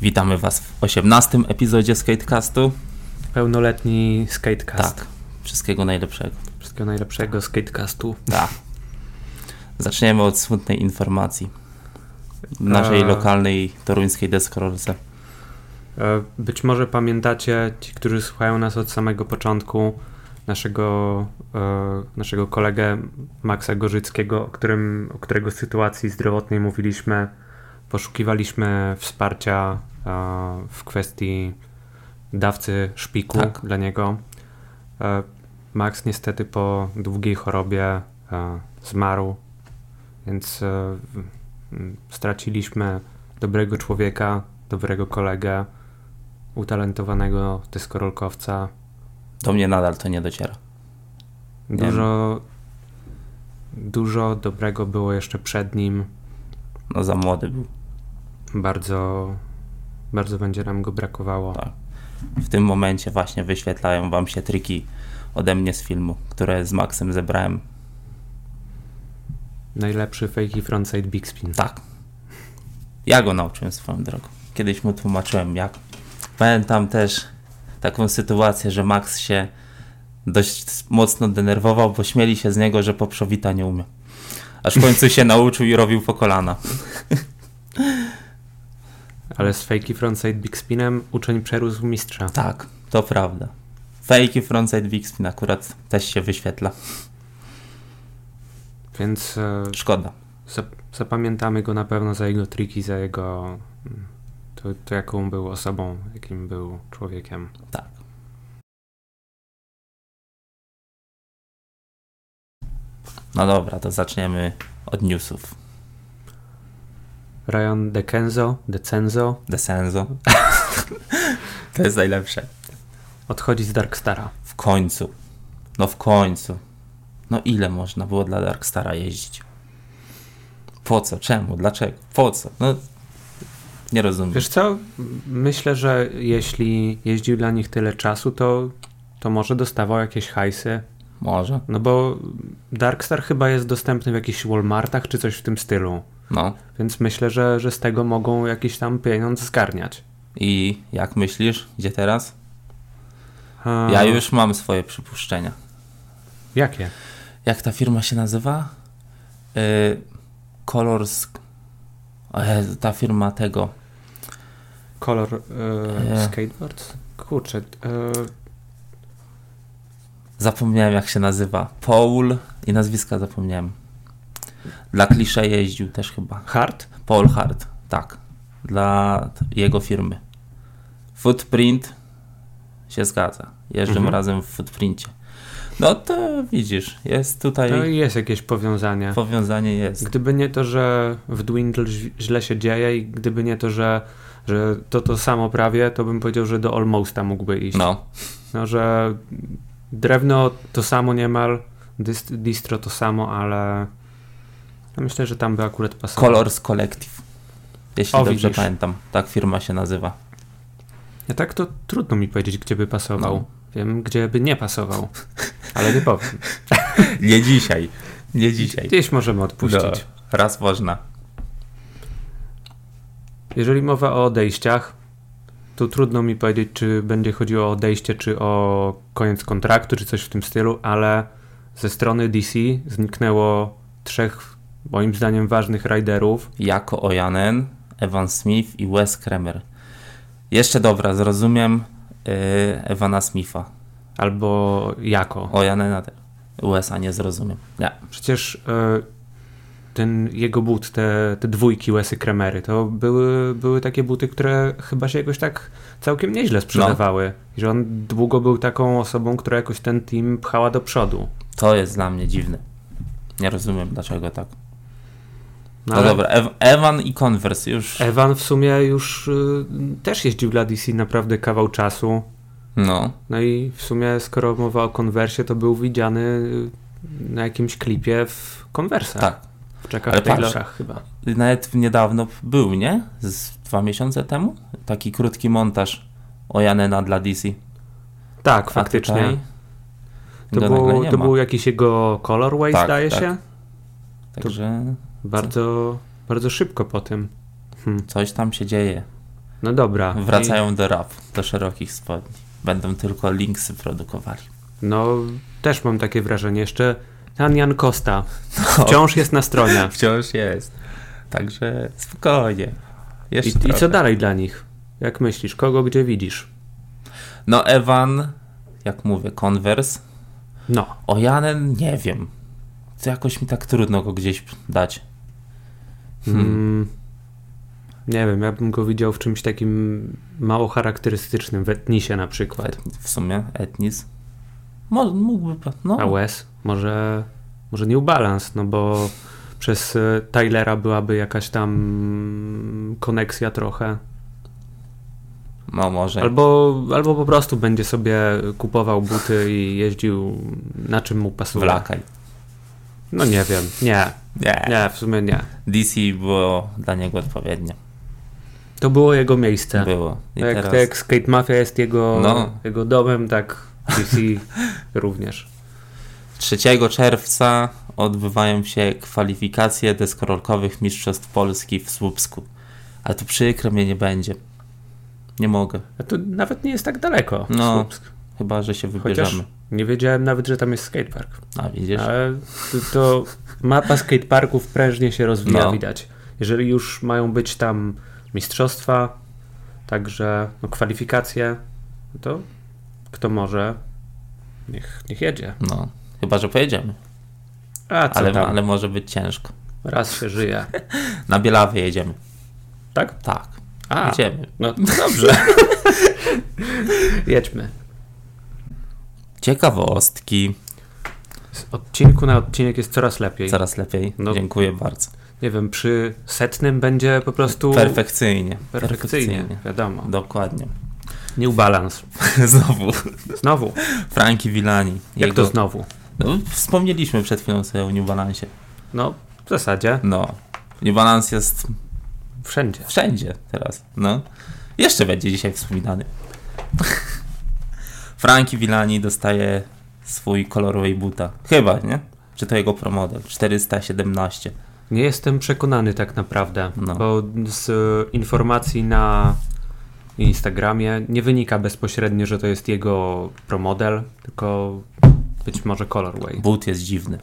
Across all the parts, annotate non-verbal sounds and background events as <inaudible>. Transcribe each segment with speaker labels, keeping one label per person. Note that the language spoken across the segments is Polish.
Speaker 1: Witamy Was w 18 epizodzie Skatecastu.
Speaker 2: Pełnoletni skatecast.
Speaker 1: Tak, wszystkiego najlepszego.
Speaker 2: Wszystkiego najlepszego skatecastu.
Speaker 1: Tak. Zaczniemy od smutnej informacji. W naszej
Speaker 2: A.
Speaker 1: lokalnej toruńskiej deskorolce.
Speaker 2: E, Być może pamiętacie, ci, którzy słuchają nas od samego początku, naszego, e, naszego kolegę Maxa Gorzyckiego, o, którym, o którego sytuacji zdrowotnej mówiliśmy. Poszukiwaliśmy wsparcia e, w kwestii dawcy szpiku
Speaker 1: Tak.
Speaker 2: dla niego. E, Max niestety po długiej chorobie e, zmarł, więc e, w- m, straciliśmy dobrego człowieka, dobrego kolegę, utalentowanego dyskorolkowca.
Speaker 1: Do mnie nadal to nie dociera. wiem.
Speaker 2: Dużo, dużo dobrego było jeszcze przed nim.
Speaker 1: No za młody był.
Speaker 2: Bardzo, bardzo będzie nam go brakowało.
Speaker 1: Tak. W tym momencie właśnie wyświetlają Wam się triki ode mnie z filmu, które z Maxem zebrałem.
Speaker 2: Najlepszy fake i frontside big spin.
Speaker 1: Tak. Ja go nauczyłem swoją drogą. Kiedyś mu tłumaczyłem jak. Pamiętam też taką sytuację, że Max się dość mocno denerwował, bo śmieli się z niego, że po przowita nie umie. Aż w końcu się nauczył i robił po kolana.
Speaker 2: Ale z fake i frontside big spinem uczeń przerósł mistrza.
Speaker 1: Tak, to prawda. Fake i frontside big spin akurat też się wyświetla.
Speaker 2: Więc e,
Speaker 1: Szkoda.
Speaker 2: Zap- Zapamiętamy go na pewno za jego triki, za jego. mm, To, to jaką był osobą, jakim był człowiekiem.
Speaker 1: Tak. No dobra, to zaczniemy od newsów.
Speaker 2: Ryan DeCenzo, DeCenzo
Speaker 1: Desenzo. <laughs> to jest najlepsze.
Speaker 2: odchodzi z Darkstara.
Speaker 1: W końcu. No w końcu. No ile można było dla Darkstara jeździć? Po co? Czemu? Dlaczego? Po co? No nie rozumiem.
Speaker 2: Wiesz co? Myślę, że jeśli jeździł dla nich tyle czasu, to, to może dostawał jakieś hajsy.
Speaker 1: Może.
Speaker 2: No bo Darkstar chyba jest dostępny w jakichś Walmartach czy coś w tym stylu.
Speaker 1: No.
Speaker 2: Więc myślę, że, że z tego mogą jakiś tam pieniądz zgarniać.
Speaker 1: I jak myślisz? Gdzie teraz?
Speaker 2: A,
Speaker 1: Ja już mam swoje przypuszczenia.
Speaker 2: Jakie?
Speaker 1: Jak ta firma się nazywa? Yy, Colors... O Jezu, ta firma tego...
Speaker 2: Kolor e,
Speaker 1: E.
Speaker 2: skateboard? Kurczę. E,
Speaker 1: Zapomniałem jak się nazywa. Paul... I nazwiska zapomniałem. Dla klisze jeździł też chyba.
Speaker 2: hard?
Speaker 1: Paul Hart, tak. Dla t- jego firmy. Footprint się zgadza. Jeżdżą
Speaker 2: Mhm.
Speaker 1: razem w footprincie. No to widzisz, jest tutaj
Speaker 2: To jest jakieś powiązanie.
Speaker 1: powiązanie jest.
Speaker 2: Gdyby nie to, że w Dwindle ź- źle się dzieje i gdyby nie to, że, że to to samo prawie, to bym powiedział, że do Almosta mógłby iść.
Speaker 1: No,
Speaker 2: No, że drewno to samo niemal, dyst, distro to samo, ale no myślę, że tam by akurat pasowało.
Speaker 1: Colors Collective. Jeśli
Speaker 2: O,
Speaker 1: dobrze
Speaker 2: widzisz.
Speaker 1: pamiętam, tak firma się nazywa.
Speaker 2: Ja tak to trudno mi powiedzieć, gdzie by pasował.
Speaker 1: No.
Speaker 2: Wiem, gdzie by nie pasował, ale nie powiem.
Speaker 1: Nie dzisiaj. Nie <laughs> dzisiaj.
Speaker 2: Gdzieś możemy odpuścić.
Speaker 1: No, raz można.
Speaker 2: Jeżeli mowa o odejściach, to trudno mi powiedzieć, czy będzie chodziło o odejście, czy o koniec kontraktu, czy coś w tym stylu, ale ze strony DC zniknęło trzech, moim zdaniem, ważnych riderów.
Speaker 1: Jako Ojanen, Evan Smith i Wes Kremer. Jeszcze dobra, zrozumiem yy, Evana Smitha.
Speaker 2: Albo jako.
Speaker 1: O Janena też. USA nie zrozumiem. Nie.
Speaker 2: Przecież e, ten jego but, te, te dwójki Łesy Kremery, to były, były takie buty, które chyba się jakoś tak całkiem nieźle sprzedawały.
Speaker 1: No.
Speaker 2: I że on długo był taką osobą, która jakoś ten team pchała do przodu. No
Speaker 1: To jest dla mnie dziwne. Nie rozumiem dlaczego tak. No E-
Speaker 2: ale-
Speaker 1: dobra, Ew- Evan i Converse już.
Speaker 2: Ewan w sumie już y, też jeździł dla DC naprawdę kawał czasu.
Speaker 1: No,
Speaker 2: No i w sumie, skoro mowa o konwersie, to był widziany y, na jakimś klipie w konwersach.
Speaker 1: tak.
Speaker 2: W czekach
Speaker 1: Ale patrz.
Speaker 2: Taylorach chyba.
Speaker 1: Nawet niedawno był, nie? Z dwa miesiące temu? Taki krótki montaż o Janena dla DC.
Speaker 2: Tak,
Speaker 1: A
Speaker 2: faktycznie.
Speaker 1: tutaj go
Speaker 2: To,
Speaker 1: nagle
Speaker 2: był,
Speaker 1: nie
Speaker 2: to
Speaker 1: ma.
Speaker 2: był jakiś jego colorway,
Speaker 1: Tak,
Speaker 2: zdaje
Speaker 1: tak.
Speaker 2: się.
Speaker 1: Także
Speaker 2: Bardzo, bardzo szybko po tym. Hmm.
Speaker 1: coś tam się dzieje.
Speaker 2: No dobra.
Speaker 1: Wracają do rap, do szerokich spodni. Będą tylko linksy produkowali.
Speaker 2: No, też mam takie wrażenie. Jeszcze Jan Jan
Speaker 1: <laughs>
Speaker 2: Costa wciąż jest na stronie.
Speaker 1: No. Wciąż jest. Także spokojnie.
Speaker 2: I,
Speaker 1: Jeszcze
Speaker 2: I
Speaker 1: trochę.
Speaker 2: co dalej dla nich? Jak myślisz? Kogo gdzie widzisz?
Speaker 1: No Ewan, jak mówię, Converse.
Speaker 2: No,
Speaker 1: O Janen nie wiem. To jakoś mi tak trudno go gdzieś dać. Hmm.
Speaker 2: Mm, nie wiem, ja bym go widział w czymś takim mało charakterystycznym, w etnisie na przykład.
Speaker 1: Et- W sumie Etnis. Mo- Mógłby, no.
Speaker 2: A Wes? Może, może New Balance, no bo przez y, Tylera byłaby jakaś tam koneksja trochę.
Speaker 1: No może.
Speaker 2: Albo, albo po prostu będzie sobie kupował buty i jeździł na czym mu pasuje.
Speaker 1: Wlakaj.
Speaker 2: No nie wiem, nie,
Speaker 1: Nie.
Speaker 2: nie, w sumie nie.
Speaker 1: DC było dla niego odpowiednie.
Speaker 2: To było jego miejsce.
Speaker 1: Było. I
Speaker 2: jak,
Speaker 1: teraz...
Speaker 2: tak jak Skate Mafia jest jego,
Speaker 1: No.
Speaker 2: jego domem, tak DC <laughs> również.
Speaker 1: 3 czerwca odbywają się kwalifikacje deskorolkowych Mistrzostw Polski w Słupsku. A tu przykro mnie nie będzie. Nie mogę.
Speaker 2: A to nawet nie jest tak daleko.
Speaker 1: No.
Speaker 2: Słupsk.
Speaker 1: Chyba, że się wybierzemy.
Speaker 2: Chociaż nie wiedziałem nawet, że tam jest skatepark.
Speaker 1: A widzisz?
Speaker 2: Ale to, to mapa skateparków prężnie się rozwija,
Speaker 1: No.
Speaker 2: widać. Jeżeli już mają być tam mistrzostwa, także no, kwalifikacje, no to kto może, niech, niech jedzie.
Speaker 1: No. Chyba, że pojedziemy.
Speaker 2: A co
Speaker 1: Ale,
Speaker 2: tam,
Speaker 1: ale może być ciężko.
Speaker 2: raz się żyje.
Speaker 1: Na Bielawy jedziemy.
Speaker 2: Tak?
Speaker 1: Tak.
Speaker 2: A,
Speaker 1: Jedziemy.
Speaker 2: no
Speaker 1: <laughs>
Speaker 2: dobrze. Jedźmy.
Speaker 1: Ciekawostki.
Speaker 2: Z odcinku na odcinek jest coraz lepiej.
Speaker 1: Coraz lepiej.
Speaker 2: No.
Speaker 1: Dziękuję bardzo.
Speaker 2: Nie wiem, przy setnym będzie po prostu
Speaker 1: Perfekcyjnie.
Speaker 2: perfekcyjnie, wiadomo. <laughs>
Speaker 1: Dokładnie.
Speaker 2: New Balance.
Speaker 1: Znowu.
Speaker 2: Znowu.
Speaker 1: Franki Wilani.
Speaker 2: Jak to znowu?
Speaker 1: no, wspomnieliśmy przed chwilą sobie o New Balance.
Speaker 2: No, w zasadzie
Speaker 1: No. New Balance jest
Speaker 2: wszędzie.
Speaker 1: wszędzie teraz. No. Jeszcze będzie dzisiaj wspominany. <laughs> Franki Wilani dostaje swój kolorowy buta. Chyba, nie? Czy to jego promodel? 417.
Speaker 2: Nie jestem przekonany tak naprawdę,
Speaker 1: No.
Speaker 2: bo z y, informacji na Instagramie nie wynika bezpośrednio, że to jest jego promodel, tylko być może colorway.
Speaker 1: But jest dziwny.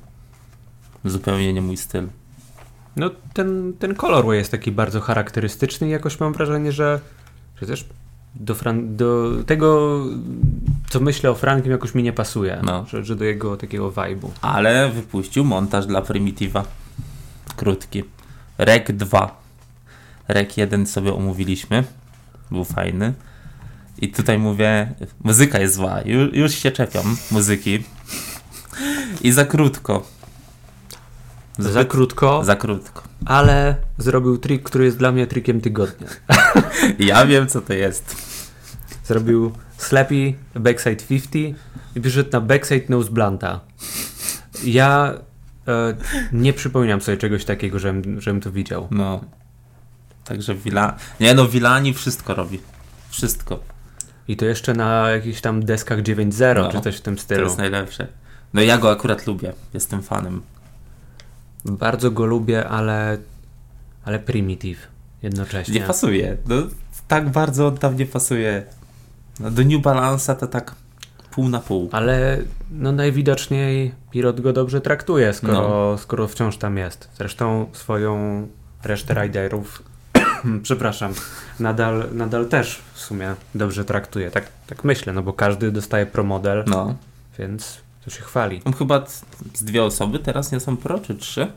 Speaker 1: Zupełnie nie mój styl.
Speaker 2: No, ten, ten colorway jest taki bardzo charakterystyczny i jakoś mam wrażenie, że przecież do, Fran- do tego, co myślę o Frankiem, jakoś mi nie pasuje,
Speaker 1: No.
Speaker 2: że, że do jego takiego vibe'u.
Speaker 1: Ale wypuścił montaż dla Primitiva. Krótki. Rek 2. Rek 1 sobie omówiliśmy. Był fajny. I tutaj mówię, muzyka jest zła. Już, już się czepiam muzyki. I za krótko.
Speaker 2: Za krótko,
Speaker 1: Za krótko.
Speaker 2: ale zrobił trik, który jest dla mnie trikiem tygodnia.
Speaker 1: Ja wiem, co to jest.
Speaker 2: Zrobił Slappy Backside 50 i przyszedł na Backside Nose Blanta. Ja e, nie przypominam sobie czegoś takiego, żebym, żebym to widział.
Speaker 1: No. Także Wila... Nie no, Wilani wszystko robi. Wszystko.
Speaker 2: I to jeszcze na jakichś tam deskach 9.0
Speaker 1: No,
Speaker 2: czy coś w tym
Speaker 1: To
Speaker 2: stylu.
Speaker 1: jest najlepsze. No ja go akurat lubię. Jestem fanem.
Speaker 2: Bardzo go lubię, ale, ale primitive jednocześnie.
Speaker 1: Nie pasuje. No, tak bardzo on tam nie pasuje. No, do New Balance'a to tak pół na pół.
Speaker 2: ale no najwidoczniej Pirot go dobrze traktuje, skoro, skoro wciąż tam jest. Zresztą swoją resztę riderów, <coughs> przepraszam, nadal, nadal też w sumie dobrze traktuje. Tak, tak myślę, no bo każdy dostaje promodel,
Speaker 1: No.
Speaker 2: więc to się chwali.
Speaker 1: Tam chyba t- z dwie osoby teraz nie są pro, czy trzy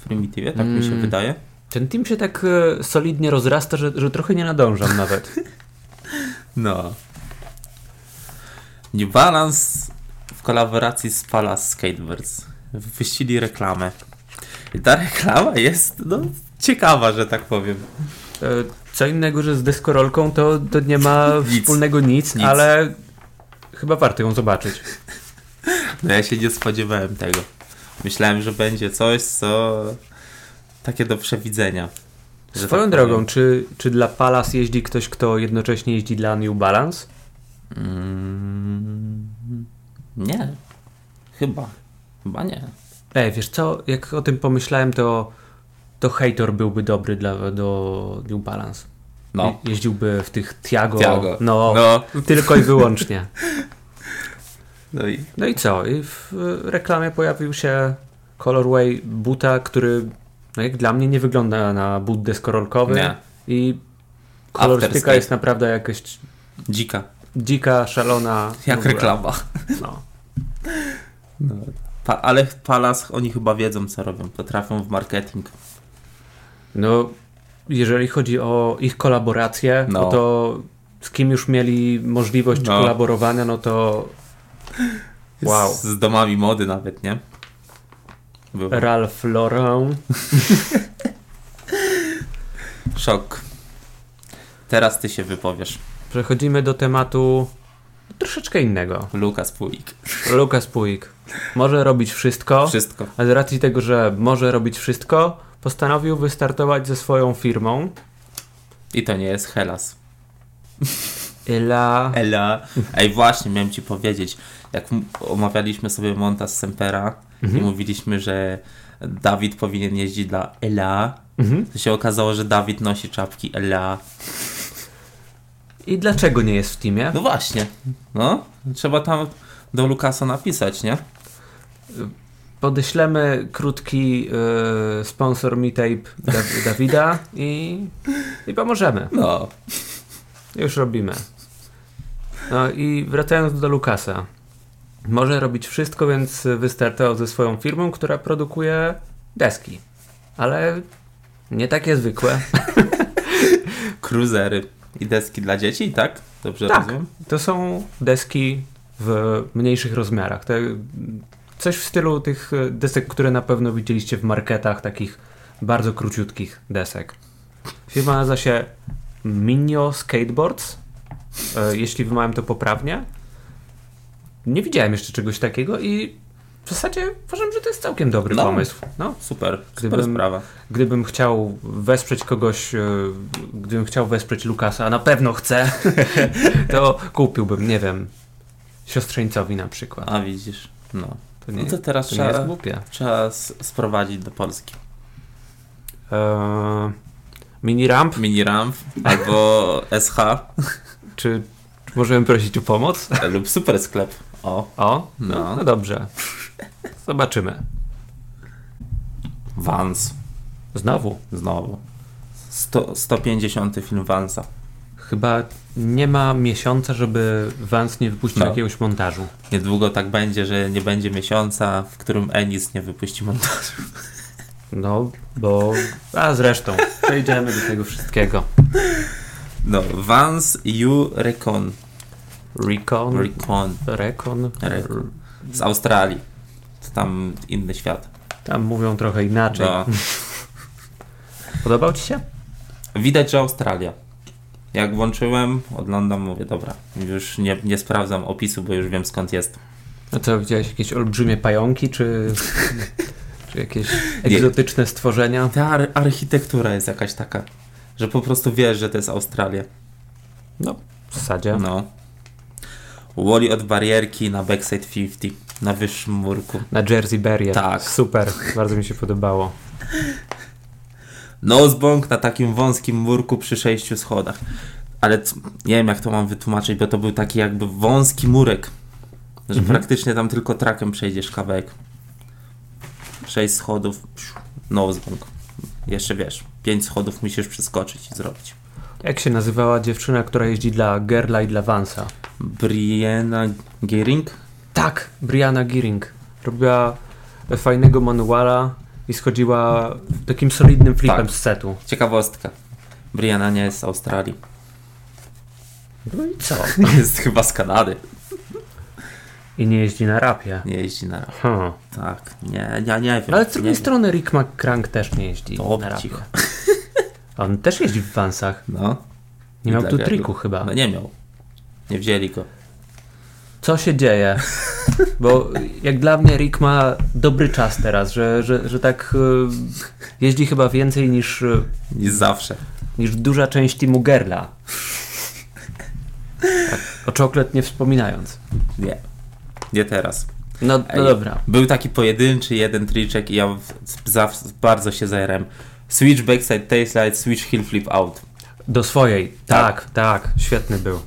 Speaker 1: w Primitive, tak mi się
Speaker 2: Mm.
Speaker 1: wydaje.
Speaker 2: Ten team się tak e, solidnie rozrasta, że, że trochę nie nadążam <laughs> nawet.
Speaker 1: No. New Balance w kolaboracji z Palace Skatebirds wypuścili reklamę. I ta reklama jest no, ciekawa, że tak powiem.
Speaker 2: E, Co innego, że z deskorolką to, to nie ma
Speaker 1: Nic.
Speaker 2: wspólnego nic,
Speaker 1: Nic.
Speaker 2: ale chyba warto ją zobaczyć.
Speaker 1: No ja się nie spodziewałem tego. Myślałem, że będzie coś, co takie do przewidzenia. Że
Speaker 2: Swoją
Speaker 1: tak powiem.
Speaker 2: drogą, czy, czy dla Palace jeździ ktoś, kto jednocześnie jeździ dla New Balance?
Speaker 1: Mm, nie. Chyba. Chyba nie.
Speaker 2: Ej, E, wiesz co, jak o tym pomyślałem, to, to Hator byłby dobry dla, do New Balance.
Speaker 1: No.
Speaker 2: Je- Jeździłby w tych Tiago.
Speaker 1: Tiago.
Speaker 2: No,
Speaker 1: No.
Speaker 2: tylko i wyłącznie. <laughs>
Speaker 1: No i
Speaker 2: No i co? I w y, reklamie pojawił się colorway buta, który no jak dla mnie nie wygląda na but deskorolkowy.
Speaker 1: Nie.
Speaker 2: I kolorystyka
Speaker 1: Afterskate.
Speaker 2: jest naprawdę jakaś
Speaker 1: dzika,
Speaker 2: dzika, szalona. w
Speaker 1: jak
Speaker 2: ogóle.
Speaker 1: reklama.
Speaker 2: No.
Speaker 1: Pa, ale Palas, oni chyba wiedzą co robią, potrafią w marketing.
Speaker 2: no, jeżeli chodzi o ich kolaborację,
Speaker 1: No.
Speaker 2: no. to z kim już mieli możliwość
Speaker 1: No.
Speaker 2: kolaborowania, no to Wow.
Speaker 1: Z, z domami mody nawet, nie? Był
Speaker 2: Ralph Lauren.
Speaker 1: szok. Teraz ty się wypowiesz.
Speaker 2: Przechodzimy do tematu troszeczkę innego.
Speaker 1: Lukas Pulik.
Speaker 2: Lukas Puig może robić wszystko,
Speaker 1: Wszystko.
Speaker 2: a z racji tego, że może robić wszystko, postanowił wystartować ze swoją firmą
Speaker 1: I to nie jest Helas.
Speaker 2: Ela...
Speaker 1: Ela. Ej, właśnie, miałem ci powiedzieć, jak m- omawialiśmy sobie Montas Sempera
Speaker 2: Mhm.
Speaker 1: i mówiliśmy, że Dawid powinien jeździć dla Ela,
Speaker 2: Mhm.
Speaker 1: to się okazało, że Dawid nosi czapki Ela.
Speaker 2: I dlaczego nie jest w teamie?
Speaker 1: No właśnie, no. Trzeba tam do Lukasa napisać, nie?
Speaker 2: Podeślemy krótki y, sponsor me tape da Dawida i, i pomożemy.
Speaker 1: No.
Speaker 2: Już robimy. No i wracając do Lukasa. Może robić wszystko, więc wystartował ze swoją firmą, która produkuje deski. Ale nie takie zwykłe.
Speaker 1: Cruisery i deski dla dzieci, tak? Dobrze
Speaker 2: Tak.
Speaker 1: rozumiem?
Speaker 2: To są deski w mniejszych rozmiarach. Te, coś w stylu tych e, desek, które na pewno widzieliście w marketach, takich bardzo króciutkich desek. Firma nazywa się Minio Skateboards, e, jeśli wymawiam to poprawnie. Nie widziałem jeszcze czegoś takiego i w zasadzie uważam, że to jest całkiem dobry
Speaker 1: No.
Speaker 2: pomysł. No.
Speaker 1: Super, super
Speaker 2: Gdybym-
Speaker 1: sprawa.
Speaker 2: Gdybym chciał wesprzeć kogoś, e, gdybym chciał wesprzeć Lukasa, a na pewno chcę, <laughs> to kupiłbym, nie wiem, siostrzeńcowi na przykład.
Speaker 1: A widzisz, no.
Speaker 2: To nie,
Speaker 1: No to teraz
Speaker 2: to nie jest
Speaker 1: trzeba,
Speaker 2: głupie.
Speaker 1: trzeba s- sprowadzić do Polski.
Speaker 2: E, mini ramp,
Speaker 1: Mini Ramp albo SH
Speaker 2: czy czy możemy prosić o pomoc?
Speaker 1: <laughs> lub Super Sklep. O,
Speaker 2: O,
Speaker 1: No.
Speaker 2: no, no dobrze. Zobaczymy.
Speaker 1: Vans.
Speaker 2: Znowu.
Speaker 1: Znowu. Sto, 150 film Vansa.
Speaker 2: Chyba nie ma miesiąca, żeby Vans nie wypuścił
Speaker 1: No.
Speaker 2: jakiegoś montażu.
Speaker 1: Niedługo tak będzie, że nie będzie miesiąca, w którym Enis nie wypuści montażu.
Speaker 2: No, bo... A zresztą, przejdziemy do tego wszystkiego.
Speaker 1: No, Vans U Recon.
Speaker 2: Recon.
Speaker 1: Recon.
Speaker 2: Rekon.
Speaker 1: Recon. Z Australii. To tam inny świat.
Speaker 2: Tam mówią trochę inaczej.
Speaker 1: No.
Speaker 2: Podobał ci się?
Speaker 1: Widać, że Australia. Jak włączyłem, oglądam, mówię, dobra, już nie, nie sprawdzam opisu, bo już wiem skąd jest.
Speaker 2: No co, widziałeś jakieś olbrzymie pająki, czy, czy jakieś egzotyczne stworzenia?
Speaker 1: Ta ar- architektura jest jakaś taka, że po prostu wiesz, że to jest Australia.
Speaker 2: No, w zasadzie.
Speaker 1: No. Woli od barierki na backside 50, na wyższym murku.
Speaker 2: Na Jersey Barrier.
Speaker 1: Tak.
Speaker 2: Super, bardzo mi się podobało.
Speaker 1: Nosebong na takim wąskim murku przy sześciu schodach. Ale c- nie wiem, jak to mam wytłumaczyć, bo to był taki jakby wąski murek, że praktycznie tam tylko trakiem przejdziesz kawałek. Sześć schodów, psiu, nosebong. Jeszcze wiesz, pięć schodów musisz przeskoczyć i zrobić.
Speaker 2: Jak się nazywała dziewczyna, która jeździ dla Gerla i dla Vansa?
Speaker 1: Brianna Gehring?
Speaker 2: Tak, Brianna Gearing. Robiła fajnego manuala i schodziła takim solidnym flipem
Speaker 1: Tak.
Speaker 2: z setu.
Speaker 1: Ciekawostka. Brianna nie jest z Australii.
Speaker 2: No i co?
Speaker 1: Jest chyba z Kanady.
Speaker 2: I nie jeździ na rapie.
Speaker 1: Nie jeździ na raf.
Speaker 2: Hmm.
Speaker 1: Tak, nie, ja nie wiem.
Speaker 2: Ale z drugiej
Speaker 1: nie,
Speaker 2: strony Rick McCrank też nie jeździ
Speaker 1: To
Speaker 2: na rapie.
Speaker 1: cicho.
Speaker 2: On też jeździ w Vansach.
Speaker 1: No.
Speaker 2: Nie miał tu
Speaker 1: Dlatego-
Speaker 2: triku chyba.
Speaker 1: No nie miał. Nie wzięli go.
Speaker 2: Co się dzieje? Bo jak dla mnie Rick ma dobry czas teraz, że, że, że tak y, jeździ chyba więcej niż, y,
Speaker 1: Nie zawsze.
Speaker 2: niż duża część teamu Gerla. Tak, O czoklet nie wspominając.
Speaker 1: Nie. Nie teraz.
Speaker 2: No, no
Speaker 1: Ej,
Speaker 2: dobra.
Speaker 1: Był taki pojedynczy jeden triczek i ja w- z- zaw- bardzo się zajerem. Switch backside tail slide, switch heel flip out.
Speaker 2: Do swojej.
Speaker 1: Tak.
Speaker 2: Tak, tak, świetny był.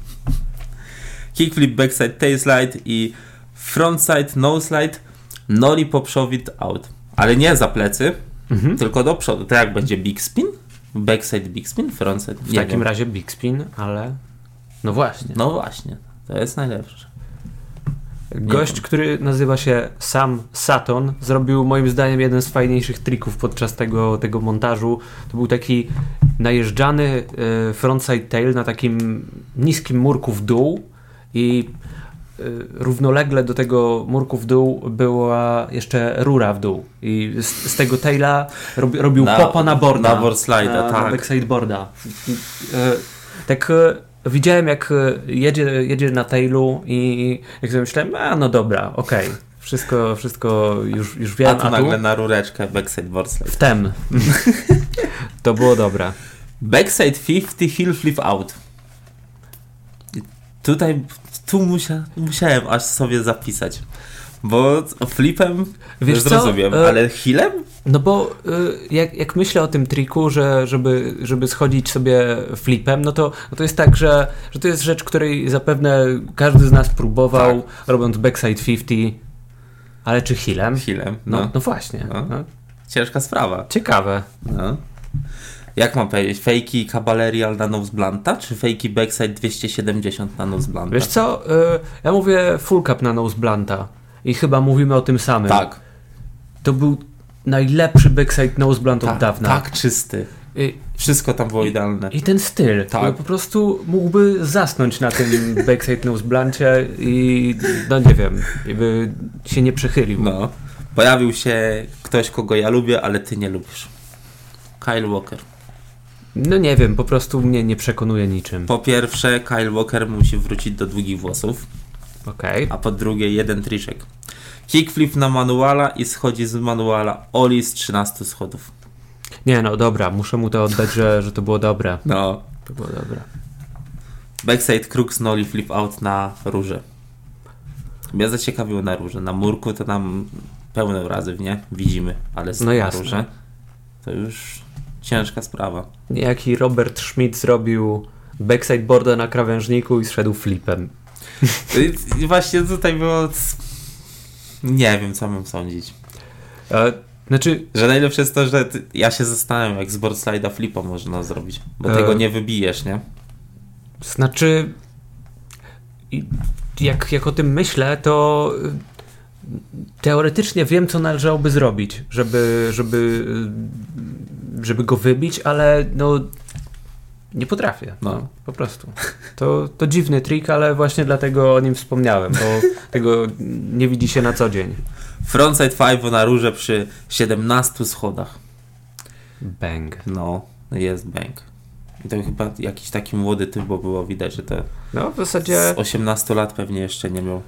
Speaker 1: Kickflip, backside, tail slide i frontside, no slide, noli po przowid out. Ale nie za plecy,
Speaker 2: Mhm.
Speaker 1: tylko do przodu. To jak będzie big spin? Backside, big spin, frontside.
Speaker 2: W
Speaker 1: Nie
Speaker 2: takim
Speaker 1: wiem.
Speaker 2: razie Big Spin, ale. No właśnie.
Speaker 1: No właśnie, to jest najlepsze.
Speaker 2: Gość, który nazywa się Sam Saton, zrobił moim zdaniem jeden z fajniejszych trików podczas tego, tego montażu. To był taki najeżdżany y, frontside tail na takim niskim murku w dół i y, równolegle do tego murku w dół była jeszcze rura w dół i z, z tego taila robi, robił
Speaker 1: Na-
Speaker 2: popa na borda.
Speaker 1: na board slide'a,
Speaker 2: na,
Speaker 1: tak.
Speaker 2: Na backside boarda. E, Tak e, widziałem, jak e, jedzie, jedzie na tailu i jak sobie myślałem, a no dobra, okej, wszystko, wszystko już, już
Speaker 1: A
Speaker 2: wiem,
Speaker 1: tu nagle na rureczkę, backside, board slide.
Speaker 2: w tem. <laughs> to było dobre.
Speaker 1: Backside 50 heel flip out. I Tutaj, tu musia, musiałem aż sobie zapisać. Bo flipem
Speaker 2: Wiesz co?
Speaker 1: zrozumiem,
Speaker 2: E,
Speaker 1: ale heelem?
Speaker 2: No bo y, jak, jak myślę o tym triku, że, żeby, żeby schodzić sobie flipem, no to, no to jest tak, że, że to jest rzecz, której zapewne każdy z nas próbował,
Speaker 1: Tak.
Speaker 2: robiąc backside 50, ale czy heelem?
Speaker 1: Heelem,
Speaker 2: No,
Speaker 1: no.
Speaker 2: no. właśnie.
Speaker 1: No.
Speaker 2: No.
Speaker 1: Ciężka sprawa.
Speaker 2: Ciekawe.
Speaker 1: No. Jak mam powiedzieć? Fejki Caballerial na nose blunta, czy fejki backside 270 na nose blunta?
Speaker 2: Wiesz co, y, ja mówię full cup na nose blunta i chyba mówimy o tym samym.
Speaker 1: Tak,
Speaker 2: To był najlepszy backside nose blunt
Speaker 1: tak,
Speaker 2: od dawna.
Speaker 1: tak czysty.
Speaker 2: I,
Speaker 1: Wszystko tam było idealne.
Speaker 2: I ten styl.
Speaker 1: Tak.
Speaker 2: No, Po prostu mógłby zasnąć na tym backside nose bluncie i no nie wiem, i by się nie przechylił.
Speaker 1: No. Pojawił się ktoś, kogo ja lubię, ale ty nie lubisz. Kyle Walker.
Speaker 2: No nie wiem, po prostu mnie nie przekonuje niczym.
Speaker 1: Po pierwsze, Kyle Walker musi wrócić do długich włosów,
Speaker 2: Okej.
Speaker 1: a po drugie, jeden triczek. Kickflip na manuala i schodzi z manuala Oli z 13 schodów.
Speaker 2: Nie no, dobra, muszę mu to oddać, że, że to było dobre.
Speaker 1: No.
Speaker 2: To było dobre.
Speaker 1: Backside crux noli flip out na róże. Mnie zaciekawiło na róże. Na murku to tam pełno razy, nie? Widzimy, ale z
Speaker 2: No jasne.
Speaker 1: róże to już ciężka sprawa.
Speaker 2: Jaki Robert Schmidt zrobił backside boarda na krawężniku i zszedł flipem.
Speaker 1: I- I właśnie tutaj było... Nie wiem, co mam sądzić.
Speaker 2: E, znaczy,
Speaker 1: Że najlepsze jest to, że ty, ja się zastanawiam, jak z board slide'a flipa można zrobić, bo
Speaker 2: E.
Speaker 1: tego nie wybijesz, nie?
Speaker 2: znaczy i- jak, jak o tym myślę, to y, teoretycznie wiem, co należałoby zrobić, żeby, żeby, y, żeby go wybić, ale no nie potrafię.
Speaker 1: No.
Speaker 2: Po prostu. To, to dziwny trik, ale właśnie dlatego o nim wspomniałem, bo tego nie widzi się na co dzień.
Speaker 1: Frontside 5 na róże przy 17 schodach.
Speaker 2: Bang.
Speaker 1: No, jest bank. I to chyba jakiś taki młody typ, bo było widać, że to
Speaker 2: No w zasadzie...
Speaker 1: z 18 lat pewnie jeszcze nie miał.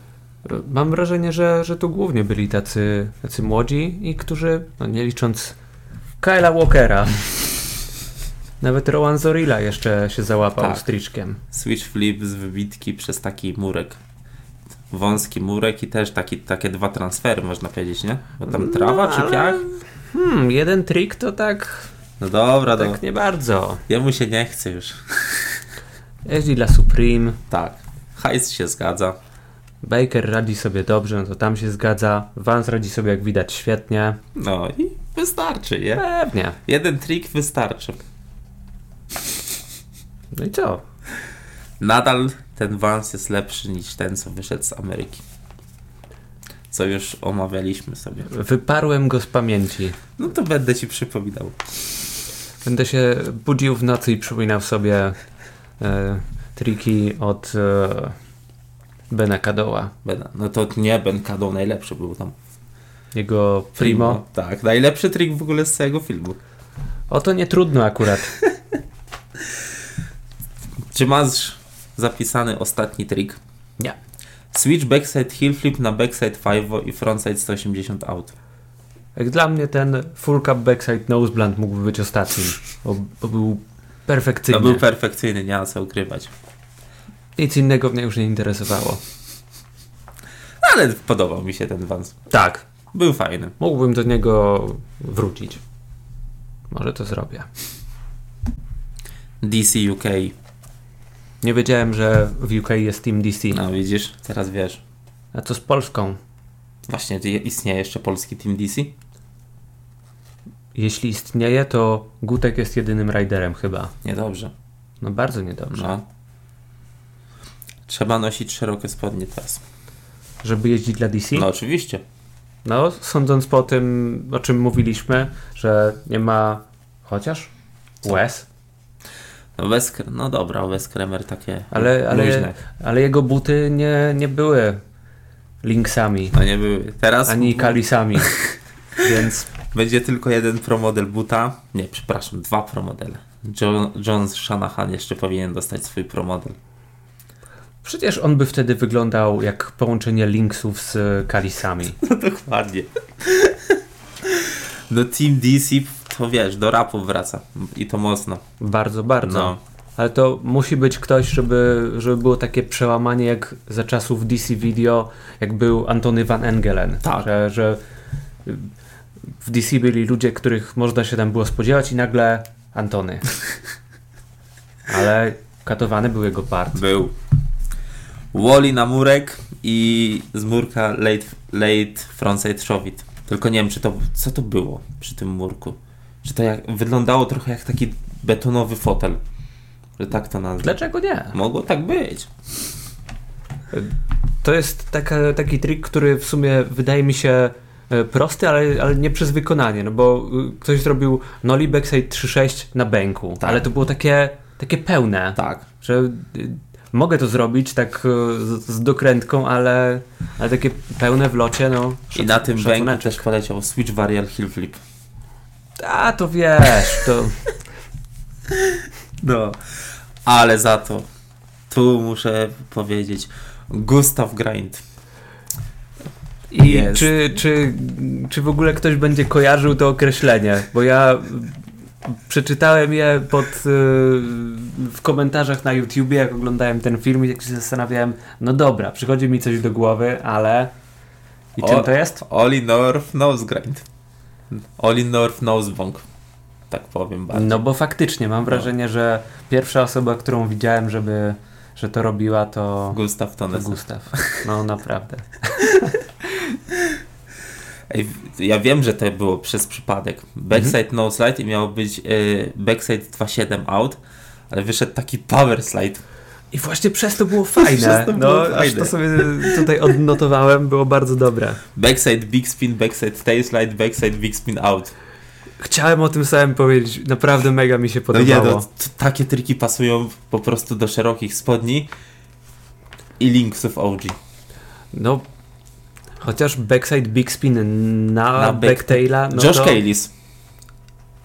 Speaker 2: Mam wrażenie, że, że tu głównie byli tacy, tacy młodzi i którzy, no nie licząc Kyla Walkera, <laughs> nawet Rowan Zorilla jeszcze się załapał
Speaker 1: Tak.
Speaker 2: striczkiem.
Speaker 1: Switch flip z wybitki przez taki murek. Wąski murek i też taki, takie dwa transfery, można powiedzieć, nie? Bo tam trawa
Speaker 2: no,
Speaker 1: czy
Speaker 2: ale-
Speaker 1: piach?
Speaker 2: Hmm, jeden trik to tak,
Speaker 1: No dobra,
Speaker 2: tak
Speaker 1: no.
Speaker 2: nie bardzo.
Speaker 1: Jemu się nie chce już.
Speaker 2: Jeździ dla Supreme,
Speaker 1: Tak. Hajs się zgadza.
Speaker 2: Baker radzi sobie dobrze, no to tam się zgadza, Vance radzi sobie jak widać świetnie.
Speaker 1: No i wystarczy, nie?
Speaker 2: Pewnie.
Speaker 1: Jeden trik wystarczy.
Speaker 2: No i co?
Speaker 1: Nadal ten Vans jest lepszy niż ten, co wyszedł z Ameryki. Co już omawialiśmy sobie.
Speaker 2: Wyparłem go z pamięci.
Speaker 1: No to będę ci przypominał.
Speaker 2: Będę się budził w nocy i przypominał sobie e, triki od e, Bena Kadoła.
Speaker 1: Ben, no to nie Ben Kadą najlepszy był tam.
Speaker 2: Jego primo.
Speaker 1: Tak, najlepszy trik w ogóle z całego filmu.
Speaker 2: O to nie trudno akurat.
Speaker 1: Czy masz zapisany ostatni trik?
Speaker 2: Nie.
Speaker 1: Switch backside heel flip na backside 5 i frontside 180 out.
Speaker 2: Jak dla mnie ten full cup backside nose blunt mógłby być ostatnim, bo, bo był perfekcyjny.
Speaker 1: To No, był perfekcyjny, nie ma co ukrywać.
Speaker 2: Nic innego mnie już nie interesowało.
Speaker 1: No, Ale podobał mi się ten Vans.
Speaker 2: Tak,
Speaker 1: Był fajny.
Speaker 2: mógłbym do niego wrócić. Może to zrobię.
Speaker 1: DC UK.
Speaker 2: Nie wiedziałem, że w UK jest Team DC.
Speaker 1: No widzisz, teraz wiesz.
Speaker 2: A co z Polską?
Speaker 1: Właśnie czy istnieje jeszcze polski Team DC?
Speaker 2: Jeśli istnieje, to Gutek jest jedynym rajderem chyba.
Speaker 1: Niedobrze.
Speaker 2: No bardzo niedobrze.
Speaker 1: No. Trzeba nosić szerokie spodnie teraz.
Speaker 2: Żeby jeździć dla DC?
Speaker 1: No oczywiście.
Speaker 2: No, sądząc po tym, o czym mówiliśmy, że nie ma chociaż łez,
Speaker 1: No, bez, kre- no dobra, bez kremer takie
Speaker 2: ale,
Speaker 1: luźne.
Speaker 2: ale, ale jego buty nie, nie były linksami
Speaker 1: No nie były. Teraz <laughs>
Speaker 2: ani kalisami. Więc
Speaker 1: będzie tylko jeden promodel buta. Nie, przepraszam, dwa promodele. Jo- John Shanahan jeszcze powinien dostać swój promodel.
Speaker 2: przecież on by wtedy wyglądał jak połączenie linksów z kalisami.
Speaker 1: No <laughs> dokładnie. Do Team DC to wiesz, do rapu wraca. I to mocno.
Speaker 2: Bardzo, bardzo.
Speaker 1: No.
Speaker 2: Ale to musi być ktoś, żeby, żeby było takie przełamanie jak za czasów DC Video, jak był Antony Van Engelen.
Speaker 1: Tak.
Speaker 2: Że, że w DC byli ludzie, których można się tam było spodziewać i nagle <laughs> Antony. Ale katowany był jego part.
Speaker 1: Był. Wally na murek i z murka late, late frontside showit. Tylko nie wiem, czy to, co to było przy tym murku. Czy to jak, wyglądało trochę jak taki betonowy fotel. Że tak to nazwę.
Speaker 2: Dlaczego nie?
Speaker 1: Mogło tak być.
Speaker 2: To jest taka, taki trik, który w sumie wydaje mi się e, prosty, ale, ale nie przez wykonanie, no bo y, ktoś zrobił Nolly Backside 3.6 na bęku,
Speaker 1: Tak.
Speaker 2: ale to było takie, takie pełne,
Speaker 1: Tak.
Speaker 2: że y, mogę to zrobić tak y, z, z dokrętką, ale, ale takie pełne w locie, no
Speaker 1: I na tym bęku
Speaker 2: szacuneczek.
Speaker 1: też poleciał Switch Varial Hill Flip.
Speaker 2: A, to wiesz, to
Speaker 1: No. Ale za to tu muszę powiedzieć Gustaw Grind.
Speaker 2: I
Speaker 1: Jest.
Speaker 2: czy, czy, czy w ogóle ktoś będzie kojarzył to określenie? Bo ja przeczytałem je pod, y, w komentarzach na YouTubie, jak oglądałem ten film i tak się zastanawiałem, no dobra, przychodzi mi coś do głowy, ale... I
Speaker 1: O-
Speaker 2: czym to jest?
Speaker 1: Oli North Nose Grind. Oli North Nose Bong. Tak powiem bardzo.
Speaker 2: No bo faktycznie, mam wrażenie, że pierwsza osoba, którą widziałem, żeby, że to robiła, to,
Speaker 1: Gustaw
Speaker 2: to
Speaker 1: Tones.
Speaker 2: Gustaw. No naprawdę.
Speaker 1: Ej, w- ja wiem, że to było przez przypadek. Backside no slide i miało być y, backside 2.7 out, ale wyszedł taki power slide.
Speaker 2: I właśnie przez to było
Speaker 1: Przez
Speaker 2: fajne.
Speaker 1: to
Speaker 2: no,
Speaker 1: było
Speaker 2: aż
Speaker 1: fajne.
Speaker 2: to sobie tutaj odnotowałem, było bardzo dobre.
Speaker 1: Backside big spin, backside tail slide, backside big spin out.
Speaker 2: Chciałem o tym samym powiedzieć. Naprawdę mega mi się
Speaker 1: No nie,
Speaker 2: podobało.
Speaker 1: no, t- takie triki pasują po prostu do szerokich spodni i linksów OG.
Speaker 2: No, chociaż backside big spin na,
Speaker 1: Na back-
Speaker 2: backtaila. No
Speaker 1: Josh
Speaker 2: to,
Speaker 1: Kalis.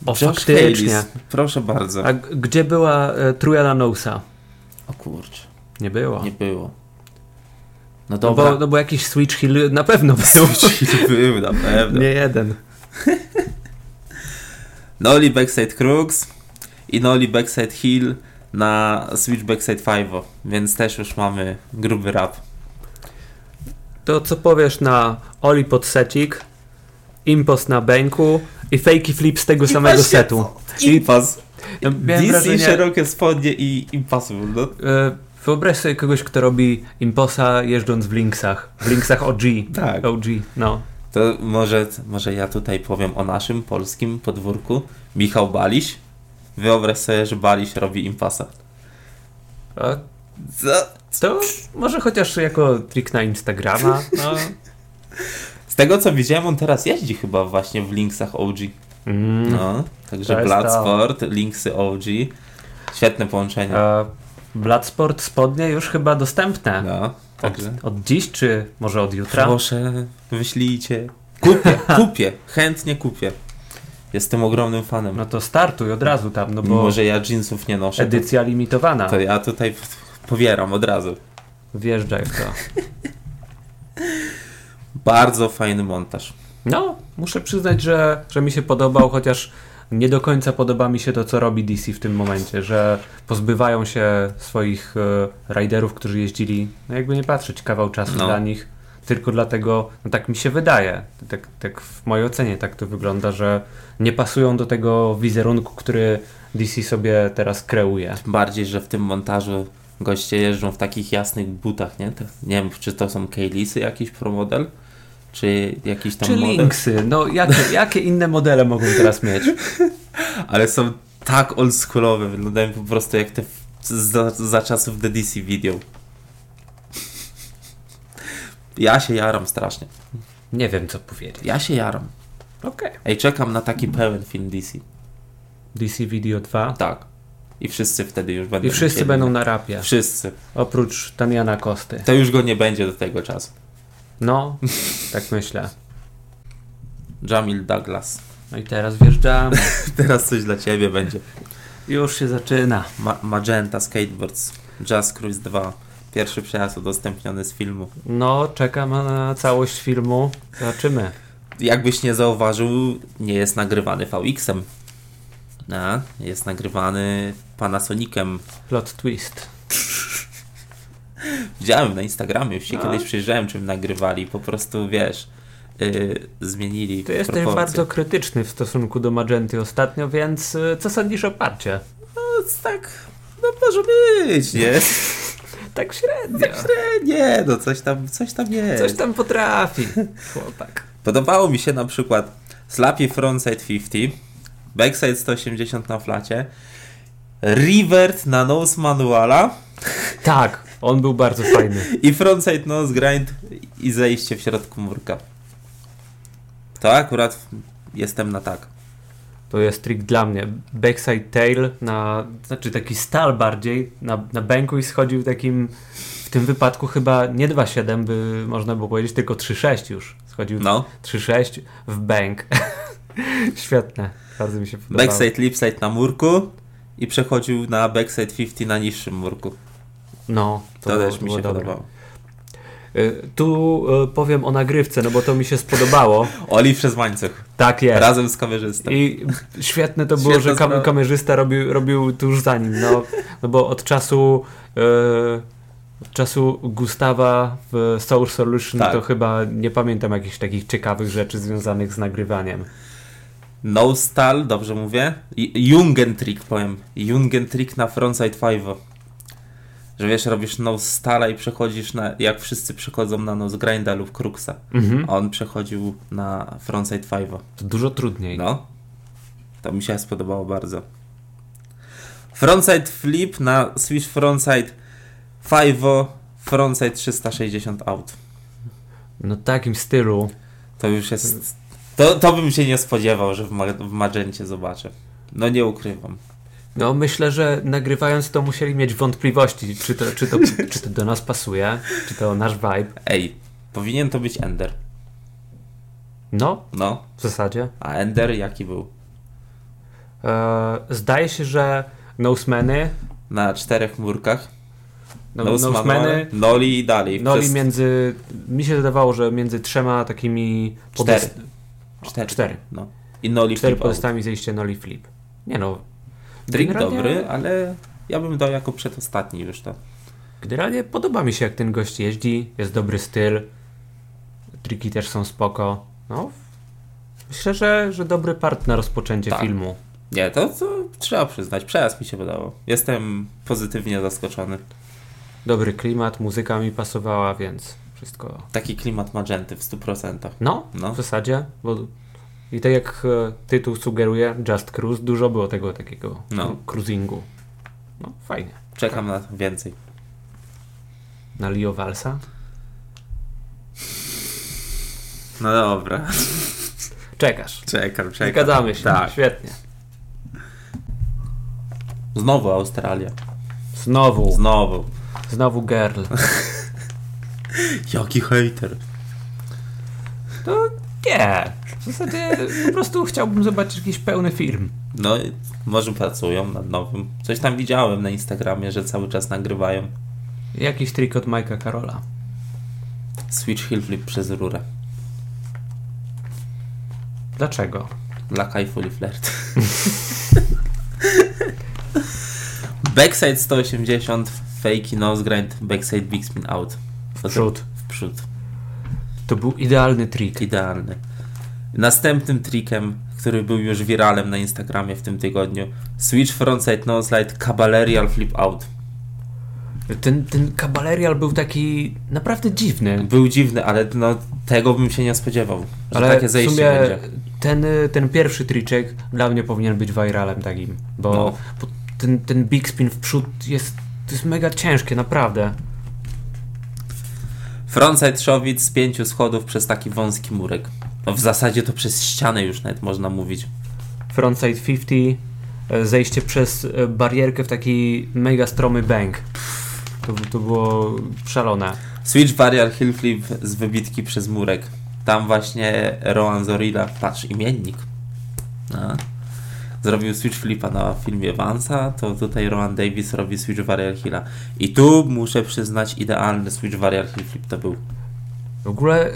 Speaker 2: O,
Speaker 1: Josh
Speaker 2: faktycznie. Tak.
Speaker 1: Kalis. Proszę bardzo.
Speaker 2: A g- gdzie była e, Trujana Nousa?
Speaker 1: O kurczę,
Speaker 2: Nie było.
Speaker 1: nie było. No
Speaker 2: no,
Speaker 1: dobra.
Speaker 2: bo, no bo jakiś Switch Hill na pewno
Speaker 1: <laughs>
Speaker 2: był.
Speaker 1: Switch był na pewno.
Speaker 2: Nie jeden.
Speaker 1: Noli backside crooks i noli backside heel na switch backside 5, więc też już mamy gruby rap.
Speaker 2: To co powiesz na Oli pod secik, Impost na bęku i fakey flip z tego samego
Speaker 1: właśnie-
Speaker 2: setu.
Speaker 1: Impas.
Speaker 2: No, miałem
Speaker 1: DC
Speaker 2: wrażenie-
Speaker 1: szerokie spodnie i impossible. No,
Speaker 2: E, Wyobraź sobie kogoś, kto robi imposa jeżdżąc w Linksach. W Linksach OG.
Speaker 1: tak.
Speaker 2: OG, no.
Speaker 1: To może, może ja tutaj powiem o naszym polskim podwórku. Michał Baliś. Wyobraź sobie, że Baliś robi impasa.
Speaker 2: A
Speaker 1: Co?
Speaker 2: To może chociaż jako trik na Instagrama. No.
Speaker 1: Z tego co widziałem, on teraz jeździ chyba właśnie w Linksach OG.
Speaker 2: Mm.
Speaker 1: No, także
Speaker 2: To jest to.
Speaker 1: Bloodsport, Linksy OG. Świetne połączenie.
Speaker 2: E, Bloodsport spodnie już chyba dostępne.
Speaker 1: No, także.
Speaker 2: Od, od dziś, czy może od jutra?
Speaker 1: Proszę, wyślijcie. Kupię,
Speaker 2: <laughs>
Speaker 1: kupię, chętnie kupię. Jestem ogromnym fanem.
Speaker 2: No to startuj od razu tam, no
Speaker 1: Mimo,
Speaker 2: bo
Speaker 1: że ja jeansów nie noszę, to,
Speaker 2: edycja limitowana.
Speaker 1: to ja tutaj powieram od razu.
Speaker 2: Wjeżdżaj w to.
Speaker 1: Bardzo fajny montaż.
Speaker 2: No, muszę przyznać, że, że mi się podobał, chociaż nie do końca podoba mi się to, co robi DC w tym momencie, że pozbywają się swoich e, riderów, którzy jeździli, no jakby nie patrzeć, kawał czasu
Speaker 1: No.
Speaker 2: dla nich tylko dlatego, no tak mi się wydaje, tak, tak w mojej ocenie tak to wygląda, że nie pasują do tego wizerunku, który DC sobie teraz kreuje.
Speaker 1: Tym Bardziej, że w tym montażu goście jeżdżą w takich jasnych butach, nie? To, nie wiem, czy to są Kejlisy jakiś promodel, czy jakiś tam
Speaker 2: Czy
Speaker 1: model.
Speaker 2: Linksy, no jakie, jakie inne modele mogą teraz mieć?
Speaker 1: Ale są tak oldschoolowe, wyglądają po prostu jak te f- za, za czasów The DC video. Ja się jaram strasznie.
Speaker 2: Nie wiem co powiedzieć.
Speaker 1: Ja się jaram.
Speaker 2: Okej.
Speaker 1: Ej, czekam na taki pełen film DC.
Speaker 2: DC Video 2.
Speaker 1: Tak. I wszyscy wtedy już będą.
Speaker 2: I wszyscy
Speaker 1: musieli-
Speaker 2: będą na rapie,
Speaker 1: Wszyscy.
Speaker 2: oprócz Damiana Kosty.
Speaker 1: To już go nie będzie do tego czasu.
Speaker 2: No, tak myślę.
Speaker 1: Jamil Douglas. <laughs>
Speaker 2: No i teraz wjeżdżamy.
Speaker 1: Teraz coś dla ciebie będzie.
Speaker 2: Już się zaczyna.
Speaker 1: Ma- Magenta Skateboards. Jazz Cruise 2. Pierwszy przejazd udostępniony z filmu.
Speaker 2: No, czekam na całość filmu. Zobaczymy.
Speaker 1: jakbyś nie zauważył, nie jest nagrywany VX-em. No, jest nagrywany Panasonicem.
Speaker 2: Plot twist.
Speaker 1: Widziałem na Instagramie, już się
Speaker 2: No.
Speaker 1: kiedyś przyjrzałem, czym nagrywali. Po prostu, wiesz, yy, zmienili
Speaker 2: Ty jesteś
Speaker 1: proporcje.
Speaker 2: bardzo krytyczny w stosunku do Magenty ostatnio, więc y, co sądzisz o parcie?
Speaker 1: No, tak, no może być, nie? <laughs>
Speaker 2: Tak średnio.
Speaker 1: Nie, no coś tam, coś tam jest.
Speaker 2: Coś tam potrafi. Chłopak.
Speaker 1: Podobało mi się na przykład Slappy Frontside 50, Backside 180 na flacie, Revert na nose manuala,
Speaker 2: Tak, on był bardzo fajny.
Speaker 1: I frontside nose grind i zejście w środku murka. To akurat jestem na tak.
Speaker 2: To jest trik dla mnie. Backside tail, na, znaczy taki stal bardziej, na, na bęku i schodził takim, w tym wypadku chyba nie 2,7 by można było powiedzieć, tylko 3,6 już. Schodził
Speaker 1: No.
Speaker 2: 3,6 w bank. <laughs> Świetne, bardzo mi się podobało.
Speaker 1: Backside lipside na murku i przechodził na backside 50 na niższym murku.
Speaker 2: No,
Speaker 1: To,
Speaker 2: było-
Speaker 1: też mi
Speaker 2: było
Speaker 1: się
Speaker 2: dobre.
Speaker 1: podobało.
Speaker 2: Y, Tu y, powiem o nagrywce, no bo to mi się spodobało.
Speaker 1: Oli przez łańcuch.
Speaker 2: Tak jest.
Speaker 1: Razem z kamerzystą.
Speaker 2: I świetne to było,
Speaker 1: Świetna
Speaker 2: że kam-
Speaker 1: sprawa.
Speaker 2: kamerzysta robił, robił tuż za nim, no, no bo od czasu e, od czasu Gustawa w Soul Solution
Speaker 1: Tak.
Speaker 2: to chyba nie pamiętam jakichś takich ciekawych rzeczy związanych z nagrywaniem.
Speaker 1: No stal, dobrze mówię? I- Jungentrick powiem. Jungentrick na frontside 5. Że wiesz, robisz nose stala i przechodzisz na, jak wszyscy przechodzą na nose grinda lub kruksa. A on przechodził na frontside 5.
Speaker 2: To dużo trudniej.
Speaker 1: No. To mi się spodobało bardzo. Frontside flip na switch frontside 5 frontside 360 out.
Speaker 2: No takim stylu.
Speaker 1: To już jest... To, to bym się nie spodziewał, że w, ma- w Magencie zobaczę. No nie ukrywam.
Speaker 2: No myślę, że nagrywając to musieli mieć wątpliwości, czy to,
Speaker 1: <laughs>
Speaker 2: czy to, czy to do nas pasuje, czy to nasz vibe.
Speaker 1: Ej, powinien to być Ender.
Speaker 2: No,
Speaker 1: No,
Speaker 2: w zasadzie.
Speaker 1: a Ender jaki był?
Speaker 2: E, zdaje się, że Nosemany
Speaker 1: Na czterech murkach.
Speaker 2: no,
Speaker 1: Nose
Speaker 2: Nosemany
Speaker 1: manual, Noli i dalej.
Speaker 2: No i
Speaker 1: przez
Speaker 2: między. Mi się wydawało, że między trzema takimi.
Speaker 1: Cztery.
Speaker 2: podest-
Speaker 1: cztery.
Speaker 2: cztery.
Speaker 1: No. I Noli
Speaker 2: cztery
Speaker 1: flip out.
Speaker 2: podestami zejście Noli Flip. Nie no.
Speaker 1: Drink
Speaker 2: Generalnie-
Speaker 1: dobry, ale ja bym dał jako przedostatni już to.
Speaker 2: Generalnie podoba mi się, jak ten gość jeździ. Jest dobry styl. Triki też są spoko. No. Myślę, że, że dobry part na rozpoczęcie
Speaker 1: Tak.
Speaker 2: filmu.
Speaker 1: Nie, to, to trzeba przyznać. Przejazd mi się podobał. Jestem pozytywnie zaskoczony.
Speaker 2: Dobry klimat, muzyka mi pasowała, więc wszystko.
Speaker 1: Taki klimat magenty w 100%.
Speaker 2: No,
Speaker 1: No.
Speaker 2: w zasadzie. Bo... I tak jak e, tytuł sugeruje, Just Cruise, dużo było tego takiego
Speaker 1: No.
Speaker 2: cruisingu. No, fajnie.
Speaker 1: Czekam na więcej.
Speaker 2: Na Leo Walsa?
Speaker 1: No dobra. <laughs>
Speaker 2: Czekasz.
Speaker 1: Czekam, czekam.
Speaker 2: Zgadzamy się.
Speaker 1: Tak.
Speaker 2: Świetnie.
Speaker 1: Znowu Australia.
Speaker 2: Znowu.
Speaker 1: Znowu.
Speaker 2: Znowu girl.
Speaker 1: Jaki hejter.
Speaker 2: To nie. W zasadzie po prostu chciałbym zobaczyć jakiś pełny film.
Speaker 1: No, i może pracują nad nowym. Coś tam widziałem na Instagramie, że cały czas nagrywają.
Speaker 2: Jakiś trik od Majka Karola.
Speaker 1: Switch heel flip przez rurę.
Speaker 2: Dlaczego?
Speaker 1: Dla Kajfuli
Speaker 2: <laughs>
Speaker 1: Flirt. backside 180, fakey nose grind, backside big spin out.
Speaker 2: W przód.
Speaker 1: W przód.
Speaker 2: To był idealny trik.
Speaker 1: Idealny. Następnym trikiem, który był już wiralem na Instagramie w tym tygodniu, Switch Frontside Noslide Caballerial Flip Out.
Speaker 2: Ten, ten kabalerial był taki naprawdę dziwny.
Speaker 1: Był dziwny, ale no, tego bym się nie spodziewał, że
Speaker 2: Ale
Speaker 1: takie
Speaker 2: w
Speaker 1: zejście
Speaker 2: sumie
Speaker 1: będzie.
Speaker 2: ten, y, ten pierwszy triczek dla mnie powinien być viralem takim, bo,
Speaker 1: No.
Speaker 2: bo ten, ten big spin w przód jest, to jest mega ciężkie, naprawdę.
Speaker 1: Frontside Szowic z pięciu schodów przez taki wąski murek. No, w zasadzie to przez ścianę już nawet można mówić.
Speaker 2: Frontside 50, e, zejście przez e, barierkę w taki mega stromy bank. To, to było szalone.
Speaker 1: Switch Barrier Hill Flip z wybitki przez murek. Tam właśnie Rowan Zorilla, patrz, imiennik. A. Zrobił Switch Flipa na filmie Vansa, to tutaj Rowan Davis robi Switch Barrier Hilla. I tu muszę przyznać, idealny Switch Barrier Hill Flip to był.
Speaker 2: W ogóle y,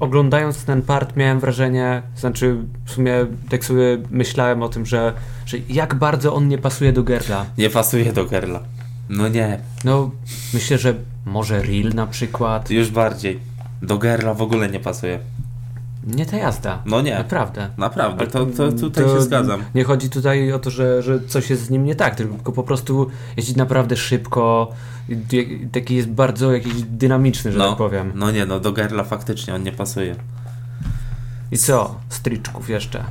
Speaker 2: oglądając ten part miałem wrażenie, znaczy w sumie tak sobie myślałem o tym, że, że jak bardzo on nie pasuje do Gerda.
Speaker 1: Nie pasuje do Gerla. No nie,
Speaker 2: No myślę, że może Real na przykład.
Speaker 1: już bardziej. Do Gerla w ogóle nie pasuje.
Speaker 2: Nie ta jazda.
Speaker 1: No nie,
Speaker 2: Naprawdę.
Speaker 1: naprawdę, to, to tutaj
Speaker 2: To
Speaker 1: się zgadzam.
Speaker 2: Nie chodzi tutaj o to, że, że coś jest z nim nie tak, tylko po prostu jeździ naprawdę szybko. i- i Taki jest bardzo jakiś dynamiczny, że
Speaker 1: No.
Speaker 2: tak powiem.
Speaker 1: No nie, no do Gerla faktycznie on nie pasuje.
Speaker 2: I co? Stryczków jeszcze.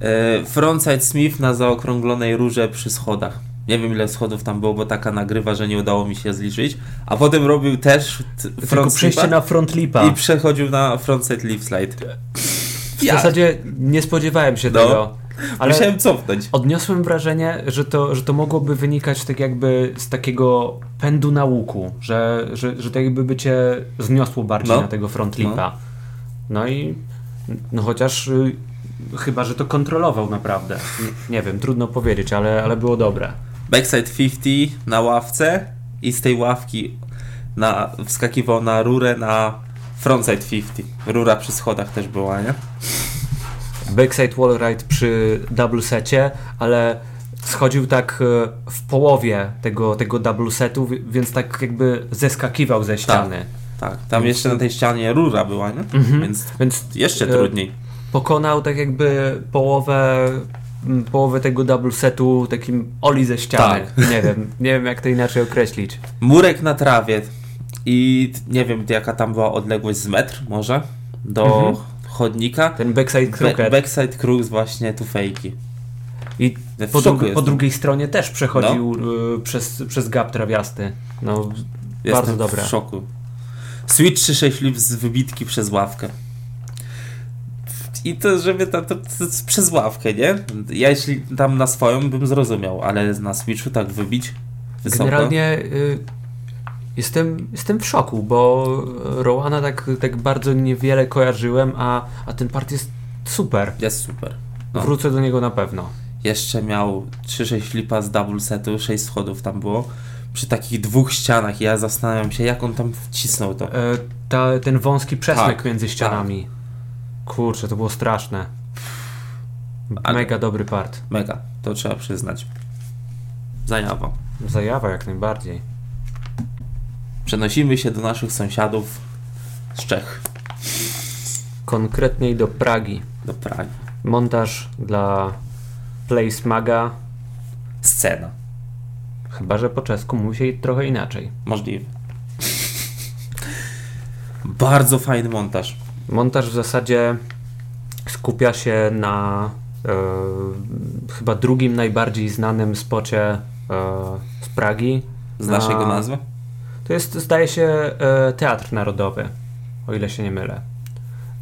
Speaker 1: E, Frontside Smith na zaokrąglonej rurze przy schodach. Nie wiem ile schodów tam było, bo taka nagrywa, że nie udało mi się zliczyć. A potem robił też t-
Speaker 2: Tylko
Speaker 1: front
Speaker 2: przejście
Speaker 1: slipa
Speaker 2: na front lipa.
Speaker 1: i przechodził na frontside leaf slide.
Speaker 2: W zasadzie nie spodziewałem się
Speaker 1: No.
Speaker 2: tego. Ale
Speaker 1: Musiałem cofnąć.
Speaker 2: odniosłem wrażenie, że to, że to mogłoby wynikać tak jakby z takiego pędu na łuku, że, że, że tak jakby by cię zniosło bardziej
Speaker 1: No.
Speaker 2: na tego frontlipa. No. i no chociaż y, chyba, że to kontrolował naprawdę. Nie, nie wiem, trudno powiedzieć, ale, ale było dobre.
Speaker 1: Backside 50 na ławce i z tej ławki na, wskakiwał na rurę na frontside 50. Rura przy schodach też była, nie?
Speaker 2: Backside wall ride przy double secie, ale schodził tak e, w połowie tego, tego double setu, wi- więc tak jakby zeskakiwał ze ściany.
Speaker 1: Tak, tam jeszcze na tej ścianie rura była, nie? Więc
Speaker 2: Więc
Speaker 1: jeszcze
Speaker 2: Mhm. E,
Speaker 1: trudniej.
Speaker 2: pokonał tak jakby połowę, m, połowę tego double setu takim oli ze ściany.
Speaker 1: Tak.
Speaker 2: Nie wiem, nie wiem jak to inaczej określić.
Speaker 1: murek na trawie i nie wiem jaka tam była odległość z metr może do
Speaker 2: Mhm.
Speaker 1: chodnika.
Speaker 2: Ten backside
Speaker 1: Be-
Speaker 2: crooked.
Speaker 1: backside crux właśnie tu fejki.
Speaker 2: I
Speaker 1: Ja w
Speaker 2: po,
Speaker 1: szoku No.
Speaker 2: dru- po
Speaker 1: jestem.
Speaker 2: drugiej stronie też przechodził y, przez, przez gap trawiasty. No,
Speaker 1: Jestem
Speaker 2: bardzo dobre.
Speaker 1: w szoku. Switch 36 lip z wybitki przez ławkę. I to, żeby tam to, to, to przez ławkę, nie? Ja jeśli tam na swoją bym zrozumiał, ale na Switchu tak wybić wysoko.
Speaker 2: Generalnie
Speaker 1: no.
Speaker 2: y, jestem, jestem w szoku, bo Rowana tak, tak bardzo niewiele kojarzyłem, a, a ten part jest super.
Speaker 1: jest super. No.
Speaker 2: Wrócę do niego na pewno.
Speaker 1: Jeszcze miał 3-6 flipa z double setu, 6 schodów tam było. Przy takich dwóch ścianach ja zastanawiam się, jak on tam wcisnął to.
Speaker 2: E, ta, ten wąski przesmyk
Speaker 1: Tak,
Speaker 2: między ścianami. Kurczę, to było straszne.
Speaker 1: Ale-
Speaker 2: Mega dobry part.
Speaker 1: Mega, to trzeba przyznać. Zajawa.
Speaker 2: Zajawa jak najbardziej.
Speaker 1: Przenosimy się do naszych sąsiadów z Czech,
Speaker 2: Konkretniej do Pragi.
Speaker 1: do Pragi.
Speaker 2: Montaż dla Place Maga,
Speaker 1: Scena.
Speaker 2: chyba że po czesku musi trochę inaczej.
Speaker 1: Możliwe. <laughs> Bardzo fajny montaż.
Speaker 2: Montaż w zasadzie skupia się na e, chyba drugim najbardziej znanym spocie e, z Pragi.
Speaker 1: Znasz
Speaker 2: Na-
Speaker 1: jego nazwę?
Speaker 2: To jest, zdaje się, e, Teatr Narodowy, o ile się nie mylę.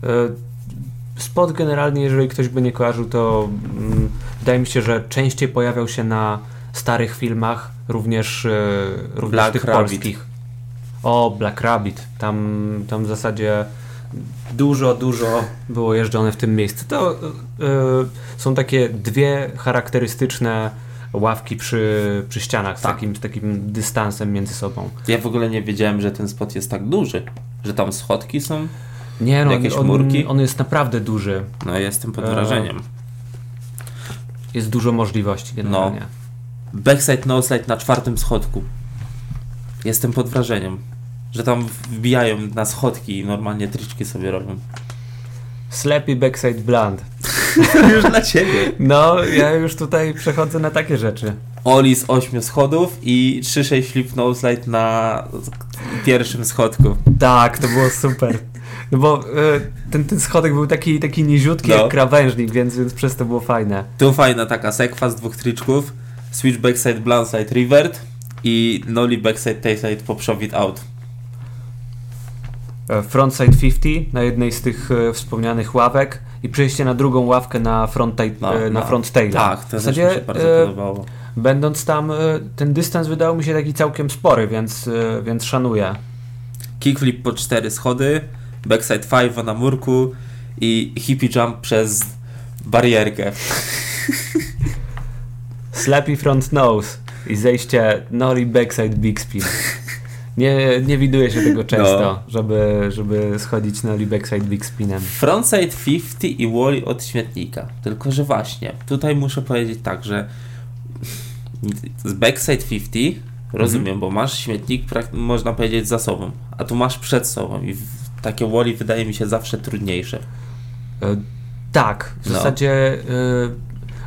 Speaker 2: E, Spot generalnie, jeżeli ktoś by nie kojarzył, to mm, wydaje mi się, że częściej pojawiał się na starych filmach, również, e, również
Speaker 1: Black
Speaker 2: tych
Speaker 1: Rabbit.
Speaker 2: polskich. O, Black Rabbit. Tam, tam w zasadzie dużo, dużo było jeżdżone w tym miejscu. To e, są takie dwie charakterystyczne ławki przy, przy ścianach z,
Speaker 1: Tak.
Speaker 2: takim, z takim dystansem między sobą.
Speaker 1: Ja w ogóle nie wiedziałem, że ten spot jest tak duży. Że tam schodki są.
Speaker 2: Nie, no,
Speaker 1: Jakieś
Speaker 2: on,
Speaker 1: murki?
Speaker 2: on jest naprawdę duży.
Speaker 1: No jestem pod
Speaker 2: Eee.
Speaker 1: wrażeniem.
Speaker 2: Jest dużo możliwości generalnie.
Speaker 1: No. Backside, noslide na czwartym schodku. Jestem pod wrażeniem. że tam wbijają na schodki i normalnie triczki sobie robią.
Speaker 2: Sleepy Backside Bland.
Speaker 1: <laughs> Już dla ciebie.
Speaker 2: No, ja już tutaj przechodzę na takie rzeczy.
Speaker 1: Oli z ośmiu schodów i 3-6 flip noseslide na pierwszym schodku.
Speaker 2: Tak, to było super. No bo y, ten, ten schodek był taki, taki niziutki
Speaker 1: No.
Speaker 2: jak krawężnik, więc, więc przez to było fajne.
Speaker 1: Tu fajna taka sekwa z dwóch triczków. Switch backside, blindside, revert i nollie backside, tailside, poprzowid out.
Speaker 2: E, Frontside 50 na jednej z tych e, wspomnianych ławek i przejście na drugą ławkę na front, ta-
Speaker 1: No,
Speaker 2: e, na
Speaker 1: no.
Speaker 2: front taila.
Speaker 1: Tak, to
Speaker 2: W
Speaker 1: też mi
Speaker 2: zasadzie,
Speaker 1: się bardzo
Speaker 2: e,
Speaker 1: podobało.
Speaker 2: Będąc tam, e, ten dystans wydał mi się taki całkiem spory, więc, e, więc szanuję.
Speaker 1: Kickflip po cztery schody, backside five na murku i hippie jump przez barierkę.
Speaker 2: Slappy front nose i zejście nollie backside big spin. Nie, nie widuje się
Speaker 1: No.
Speaker 2: tego często, żeby, żeby schodzić nollie backside big spinem.
Speaker 1: Frontside 50 i Wally od śmietnika. Tylko, że właśnie, tutaj muszę powiedzieć tak, że z backside 50 rozumiem, bo masz śmietnik, prak- można powiedzieć, za sobą, a tu masz przed sobą i w- takie Wally wydaje mi się zawsze trudniejsze.
Speaker 2: E, Tak, w
Speaker 1: No.
Speaker 2: zasadzie e,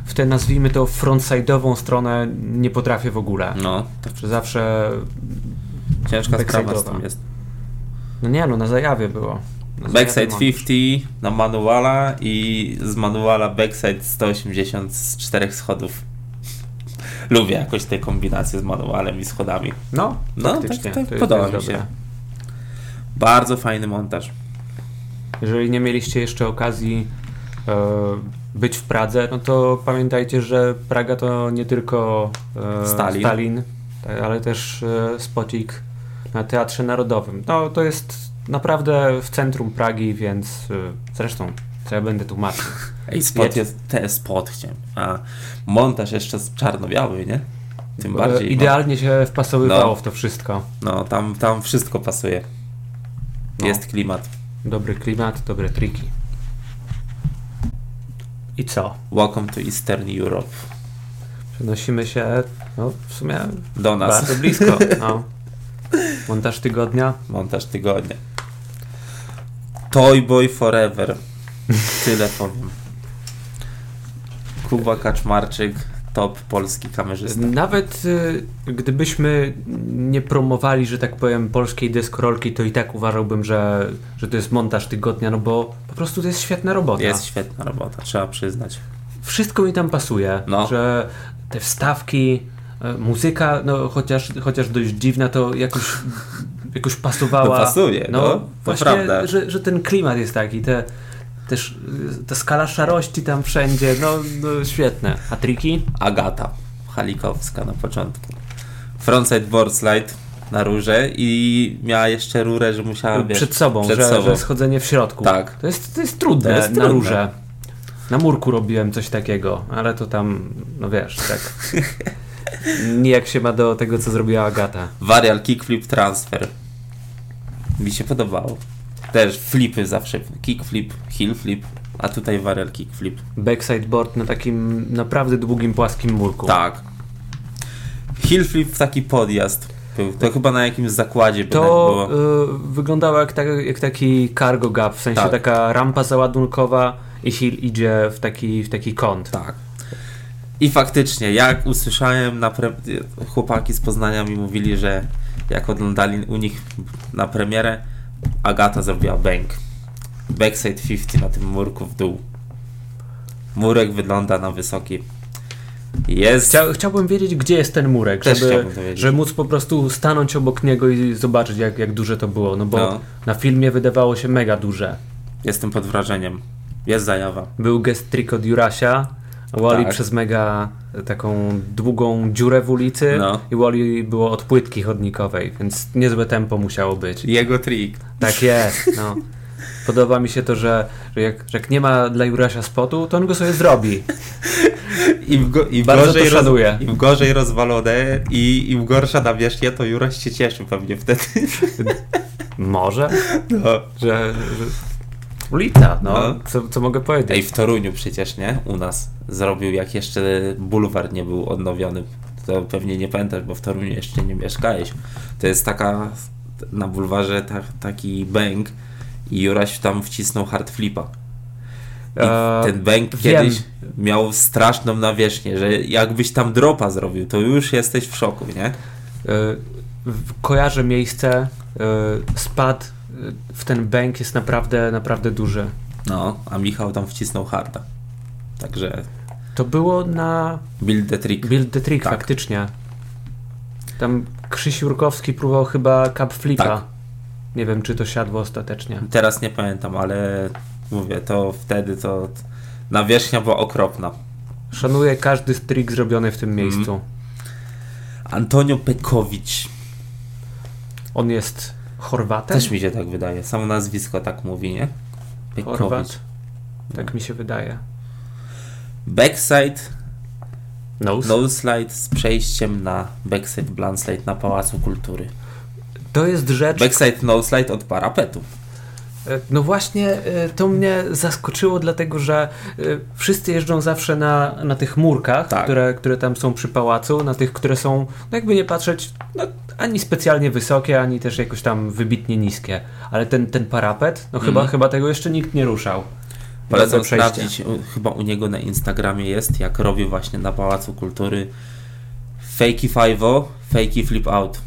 Speaker 2: w tę nazwijmy to frontside'ową stronę nie potrafię w ogóle.
Speaker 1: No, tak
Speaker 2: Zawsze,
Speaker 1: ciężka sprawa z
Speaker 2: Backside'owa.
Speaker 1: tym jest.
Speaker 2: no nie no, na zajawie było. Na zajawie
Speaker 1: Backside
Speaker 2: mam.
Speaker 1: 50 na manuala i z manuala backside 180 z czterech schodów. <laughs> Lubię jakoś te kombinacje z manualem i schodami.
Speaker 2: No,
Speaker 1: No,
Speaker 2: faktycznie,
Speaker 1: tak, tak,
Speaker 2: to jest-
Speaker 1: podoba
Speaker 2: to jest
Speaker 1: mi się.
Speaker 2: dobre.
Speaker 1: Bardzo fajny montaż.
Speaker 2: Jeżeli nie mieliście jeszcze okazji e, być w Pradze, no to pamiętajcie, że Praga to nie tylko e,
Speaker 1: Stalin.
Speaker 2: tak, ale też e, spocik na Teatrze Narodowym. No, to jest naprawdę w centrum Pragi, więc e, zresztą co ja będę tłumaczył.
Speaker 1: Ej, spot
Speaker 2: Wiecie-
Speaker 1: jest, te spot chciałem. A montaż jeszcze z czarno-biały, nie? Tym
Speaker 2: E,
Speaker 1: bardziej.
Speaker 2: Idealnie się wpasowywało
Speaker 1: No.
Speaker 2: w to wszystko.
Speaker 1: No, no tam, tam wszystko pasuje.
Speaker 2: No.
Speaker 1: Jest klimat.
Speaker 2: Dobry klimat, dobre triki. I co?
Speaker 1: Welcome to Eastern Europe.
Speaker 2: Przenosimy się, no w sumie
Speaker 1: Do nas.
Speaker 2: bardzo blisko.
Speaker 1: <laughs>
Speaker 2: No. Montaż tygodnia.
Speaker 1: Montaż tygodnia. Toy Boy Forever. Tyle powiem. Kuba Kaczmarczyk, top polski kamerzysta.
Speaker 2: Nawet y, gdybyśmy nie promowali, że tak powiem, polskiej deskorolki, to i tak uważałbym, że, że to jest montaż tygodnia, no bo po prostu to jest świetna robota.
Speaker 1: Jest świetna robota, trzeba przyznać.
Speaker 2: Wszystko mi tam pasuje,
Speaker 1: No.
Speaker 2: że te wstawki, y, muzyka, no chociaż, chociaż dość dziwna, to jakoś, jakoś pasowała.
Speaker 1: No pasuje, no, to
Speaker 2: właśnie,
Speaker 1: prawda.
Speaker 2: Że, że ten klimat jest taki, te, też y, ta skala szarości tam wszędzie, no, no świetne. A triki?
Speaker 1: Agata Halikowska na początku. Frontside board slide na rurze i miała jeszcze rurę, że musiała wiesz,
Speaker 2: przed sobą,
Speaker 1: przed
Speaker 2: że,
Speaker 1: sobą.
Speaker 2: że schodzenie w środku.
Speaker 1: Tak. E,
Speaker 2: To jest, to jest trudne,
Speaker 1: To jest
Speaker 2: na
Speaker 1: trudne.
Speaker 2: rurze. Na murku robiłem coś takiego, ale to tam, no wiesz,
Speaker 1: <laughs>
Speaker 2: tak. Nijak się ma do tego, co zrobiła Agata.
Speaker 1: Varial kickflip transfer. Mi się podobało. Też flipy zawsze. Kickflip, heel flip, a tutaj varial kickflip.
Speaker 2: Backside board na takim naprawdę długim, płaskim murku.
Speaker 1: Tak. Heel flip w taki podjazd był. To chyba na jakimś zakładzie by nawet
Speaker 2: To
Speaker 1: było.
Speaker 2: y, wyglądało jak, tak, jak taki cargo gap, w sensie
Speaker 1: Tak.
Speaker 2: taka rampa załadunkowa i Hill idzie w taki, w taki kąt.
Speaker 1: Tak. I faktycznie, jak usłyszałem, na pre... chłopaki z Poznania mi mówili, że jak oglądali u nich na premierę, Agata zrobiła bank. Backside 50 na tym murku w dół. Murek wygląda na wysoki. Jest.
Speaker 2: Chcia, chciałbym wiedzieć, gdzie jest ten murek,
Speaker 1: Też
Speaker 2: żeby,
Speaker 1: chciałbym to wiedzieć.
Speaker 2: żeby móc po prostu stanąć obok niego i zobaczyć, jak, jak duże to było. No bo
Speaker 1: No.
Speaker 2: na filmie wydawało się mega duże.
Speaker 1: Jestem pod wrażeniem. Jest zajawa.
Speaker 2: Był gest trick od Jurasia, Wally
Speaker 1: Tak.
Speaker 2: przez mega taką długą dziurę w ulicy
Speaker 1: No.
Speaker 2: i Wally było od płytki chodnikowej, więc niezłe tempo musiało być.
Speaker 1: Jego trik.
Speaker 2: Tak jest, no. Podoba mi się to, że, że, jak, że jak nie ma dla Jurasia spotu, to on go sobie zrobi.
Speaker 1: Im, go, im,
Speaker 2: Bardzo
Speaker 1: gorzej
Speaker 2: to szanuję.
Speaker 1: Im gorzej rozwalone i im gorsza nawierzchnia, to Juraś się cieszy pewnie wtedy. <laughs>
Speaker 2: Może?
Speaker 1: No.
Speaker 2: Że, że... Ulica, no.
Speaker 1: No.
Speaker 2: Co, co mogę powiedzieć?
Speaker 1: Ej, w Toruniu przecież, nie? U nas zrobił, jak jeszcze bulwar nie był odnowiony. To pewnie nie pamiętasz, bo w Toruniu jeszcze nie mieszkałeś. To jest taka na bulwarze ta, taki bęk i Juraś tam wcisnął hard flipa. I
Speaker 2: Eee,
Speaker 1: ten bęk
Speaker 2: wiem.
Speaker 1: kiedyś miał straszną nawierzchnię, że jakbyś tam dropa zrobił, to już jesteś w szoku, nie?
Speaker 2: Y, w- kojarzę miejsce, y, spad y, w ten bank jest naprawdę, naprawdę duży.
Speaker 1: No, a Michał tam wcisnął harda. Także
Speaker 2: To było na
Speaker 1: build the trick.
Speaker 2: Build the Trick
Speaker 1: Tak.
Speaker 2: faktycznie. Tam Krzyś Jurkowski próbował chyba cup flipa.
Speaker 1: Tak.
Speaker 2: Nie wiem, czy to siadło ostatecznie.
Speaker 1: Teraz nie pamiętam, ale mówię, to wtedy to t- nawierzchnia była okropna.
Speaker 2: Szanuję każdy trik zrobiony w
Speaker 1: Mhm.
Speaker 2: tym miejscu.
Speaker 1: Antonio Pekowicz,
Speaker 2: On jest Chorwatem?
Speaker 1: też mi się tak wydaje, samo nazwisko tak mówi, nie? Pekowicz.
Speaker 2: Chorwat. Tak mi się wydaje.
Speaker 1: Backside,
Speaker 2: Nose?
Speaker 1: no slide z przejściem na backside, blindslide na Pałacu Kultury.
Speaker 2: To jest rzecz,
Speaker 1: Backside, no slide od parapetu.
Speaker 2: E, No właśnie e, to mnie zaskoczyło, dlatego że e, wszyscy jeżdżą zawsze na, na tych murkach,
Speaker 1: Tak.
Speaker 2: które, które tam są przy pałacu, na tych, które są, no jakby nie patrzeć, no, ani specjalnie wysokie, ani też jakoś tam wybitnie niskie. Ale ten, ten parapet, no chyba,
Speaker 1: Mhm.
Speaker 2: chyba tego jeszcze nikt nie ruszał.
Speaker 1: Polecam
Speaker 2: Do przejścia.
Speaker 1: sprawdzić, u- chyba u niego na Instagramie jest, jak robi właśnie na Pałacu Kultury fakey five'o, fakey flip out.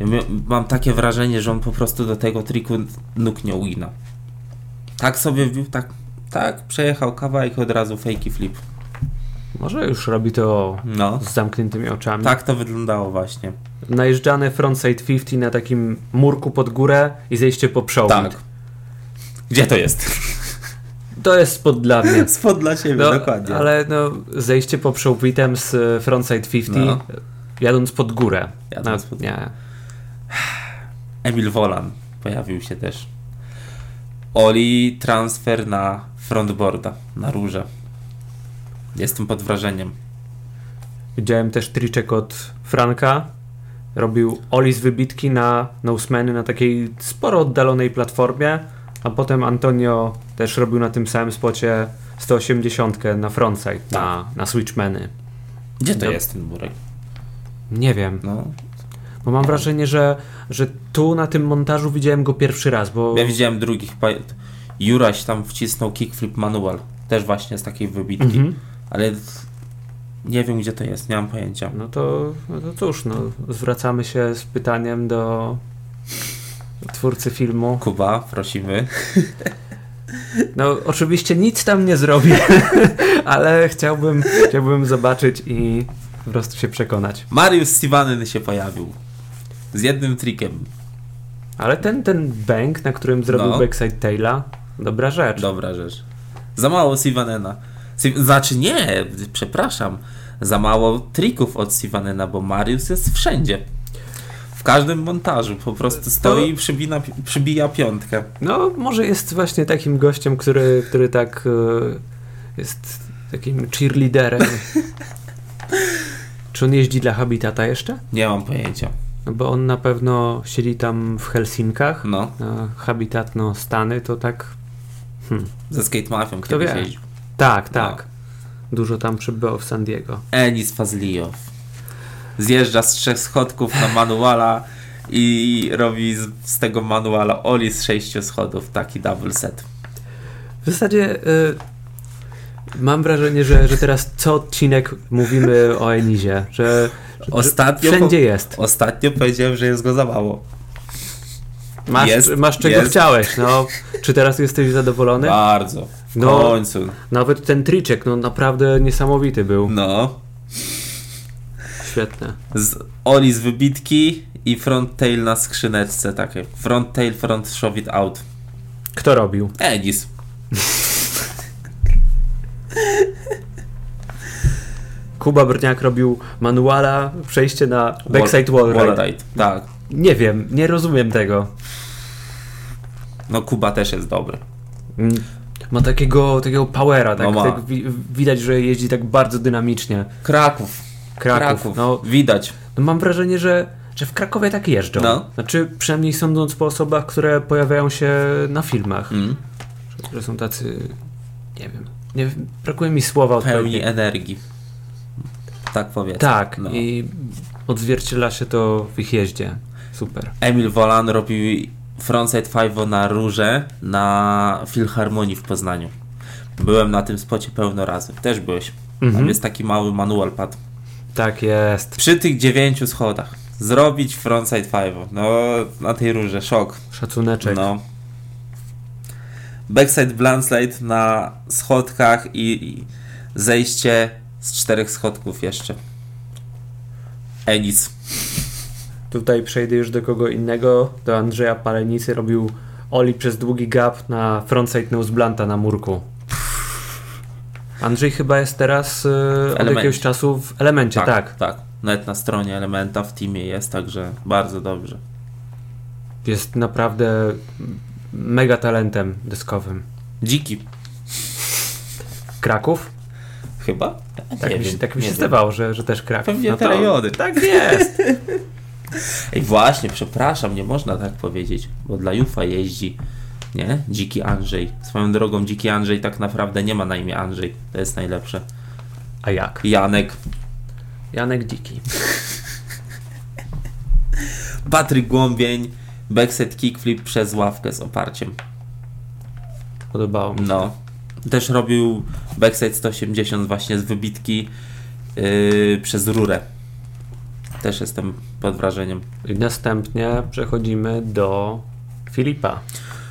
Speaker 1: Ja mi- Mam takie wrażenie, że on po prostu do tego triku nóg nie ugina. Tak sobie wbił, tak, tak, przejechał kawałek od razu fakey flip.
Speaker 2: Może już robi to
Speaker 1: No,
Speaker 2: z zamkniętymi oczami.
Speaker 1: tak to wyglądało właśnie.
Speaker 2: Najeżdżany frontside 50 na takim murku pod górę i zejście po przołd.
Speaker 1: Tak. Gdzie to jest?
Speaker 2: To jest spod
Speaker 1: <laughs>
Speaker 2: dla mnie. No,
Speaker 1: Spod dla siebie, dokładnie.
Speaker 2: Ale no, zejście po przełbitem z e, frontside 50,
Speaker 1: No.
Speaker 2: jadąc pod górę.
Speaker 1: Jadąc
Speaker 2: no,
Speaker 1: pod-
Speaker 2: nie.
Speaker 1: Emil Wolan pojawił się też. Oli transfer na frontboarda, na róże. Jestem pod wrażeniem.
Speaker 2: Widziałem też triczek od Franka. Robił Oli z wybitki na Nosemany na takiej sporo oddalonej platformie, a potem Antonio też robił na tym samym spocie 180 na frontside, na,
Speaker 1: Tak.
Speaker 2: na switchmany.
Speaker 1: Gdzie to
Speaker 2: No.
Speaker 1: jest ten murek?
Speaker 2: Nie wiem,
Speaker 1: No.
Speaker 2: bo mam wrażenie, że, że tu na tym montażu widziałem go pierwszy raz, bo
Speaker 1: Ja widziałem drugich. pa- Juraś tam wcisnął kickflip manual. Też właśnie z takiej wybitki.
Speaker 2: Mhm.
Speaker 1: Ale nie wiem gdzie to jest, nie mam pojęcia.
Speaker 2: No to, no to cóż, no, zwracamy się z pytaniem do twórcy filmu.
Speaker 1: Kuba, prosimy.
Speaker 2: No oczywiście nic tam nie zrobię, <laughs> ale chciałbym, chciałbym zobaczyć i po prostu się przekonać.
Speaker 1: Mariusz Siwanyn się pojawił. Z jednym trikiem.
Speaker 2: Ale ten, ten bank, na którym zrobił
Speaker 1: No.
Speaker 2: backside taila, dobra rzecz.
Speaker 1: Dobra rzecz. Za mało Sivanena. Si- znaczy nie, przepraszam. Za mało trików od Sivanena, bo Marius jest wszędzie. W każdym montażu po prostu stoi i przybina, przybija piątkę.
Speaker 2: No może jest właśnie takim gościem, który, który tak e, jest takim
Speaker 1: <laughs>
Speaker 2: cheerleaderem. Czy on jeździ dla Habitata jeszcze?
Speaker 1: Nie mam pojęcia.
Speaker 2: No bo on na pewno siedzi tam w Helsinkach.
Speaker 1: No,
Speaker 2: na Habitat, no Stany, to tak.
Speaker 1: ze Skate Mafią
Speaker 2: Kto
Speaker 1: kiedyś
Speaker 2: wie?
Speaker 1: jeździł.
Speaker 2: Tak,
Speaker 1: No.
Speaker 2: tak. Dużo tam przybyło w San Diego.
Speaker 1: Enis Fazlijow. Zjeżdża z trzech schodków na manuala i robi z, z tego manuala Oli z sześciu schodów, taki double set.
Speaker 2: W zasadzie y, mam wrażenie, że, że teraz co odcinek mówimy o Enizie, że, że
Speaker 1: Ostatnio
Speaker 2: wszędzie jest.
Speaker 1: Ostatnio powiedziałem, że jest go za mało.
Speaker 2: Masz,
Speaker 1: jest,
Speaker 2: masz czego
Speaker 1: jest.
Speaker 2: chciałeś, no. Czy teraz jesteś zadowolony?
Speaker 1: Bardzo. W
Speaker 2: No.
Speaker 1: końcu.
Speaker 2: Nawet ten triczek, no naprawdę niesamowity był.
Speaker 1: No.
Speaker 2: Świetny.
Speaker 1: Z Oli z wybitki i front tail na skrzyneczce takie. Front tail, front shove it out.
Speaker 2: Kto robił?
Speaker 1: Edis.
Speaker 2: Kuba Brniak robił manuala, przejście na backside wall,
Speaker 1: Wall
Speaker 2: ride.
Speaker 1: ride. Tak.
Speaker 2: Nie wiem, nie rozumiem tego.
Speaker 1: No Kuba też jest dobry.
Speaker 2: Mm, Ma takiego, takiego powera, tak,
Speaker 1: No ma.
Speaker 2: tak wi- widać, że jeździ tak bardzo dynamicznie.
Speaker 1: Kraków.
Speaker 2: Kraków,
Speaker 1: No.
Speaker 2: no.
Speaker 1: Widać.
Speaker 2: No mam wrażenie, że, że w Krakowie tak jeżdżą.
Speaker 1: No.
Speaker 2: Znaczy, przynajmniej sądząc po osobach, które pojawiają się na filmach,
Speaker 1: Mm.
Speaker 2: że są tacy, nie wiem, nie, wiem, brakuje mi słowa
Speaker 1: Pełni
Speaker 2: odpowiedniego.
Speaker 1: energii. Tak powiedzmy.
Speaker 2: Tak,
Speaker 1: No.
Speaker 2: i odzwierciedla się to w ich jeździe. Super.
Speaker 1: Emil Wolan robił frontside five na Róże na Filharmonii w Poznaniu. Byłem na tym spocie pełno razy. Też byłeś.
Speaker 2: Mhm.
Speaker 1: Tam jest taki mały manual pad.
Speaker 2: Tak jest.
Speaker 1: Przy tych dziewięciu schodach zrobić frontside five. No, na tej Róże. Szok.
Speaker 2: Szacuneczek.
Speaker 1: No. Backside blindslide na schodkach i, i zejście z czterech schodków jeszcze. Enis.
Speaker 2: Tutaj przejdę już do kogo innego. Do Andrzeja Palenicy robił Oli przez długi gap na frontside nose blanta na murku. Andrzej chyba jest teraz y, od
Speaker 1: elemencie.
Speaker 2: jakiegoś czasu w elemencie, tak.
Speaker 1: tak. Nawet na stronie Elementa w teamie jest, także bardzo dobrze.
Speaker 2: Jest naprawdę mega talentem dyskowym.
Speaker 1: Dziki.
Speaker 2: Kraków?
Speaker 1: Chyba?
Speaker 2: Tak
Speaker 1: Nie
Speaker 2: mi się,
Speaker 1: wiem,
Speaker 2: tak mi
Speaker 1: nie
Speaker 2: się
Speaker 1: wiem.
Speaker 2: zdawało, że, że też Kraków.
Speaker 1: Pewnie
Speaker 2: No
Speaker 1: te
Speaker 2: to-
Speaker 1: rejony. Tak jest. <laughs> Ej, właśnie, przepraszam, nie można tak powiedzieć, bo dla Jufa jeździ, nie? Dziki Andrzej. Swoją drogą, Dziki Andrzej tak naprawdę nie ma na imię Andrzej. To jest najlepsze.
Speaker 2: A jak?
Speaker 1: Janek.
Speaker 2: Janek Dziki.
Speaker 1: Patryk Głąbień, backset kickflip przez ławkę z oparciem.
Speaker 2: Podobało mi się.
Speaker 1: No. Też robił backside 180 właśnie z wybitki yy, przez rurę. Też jestem pod wrażeniem.
Speaker 2: I następnie przechodzimy do Filipa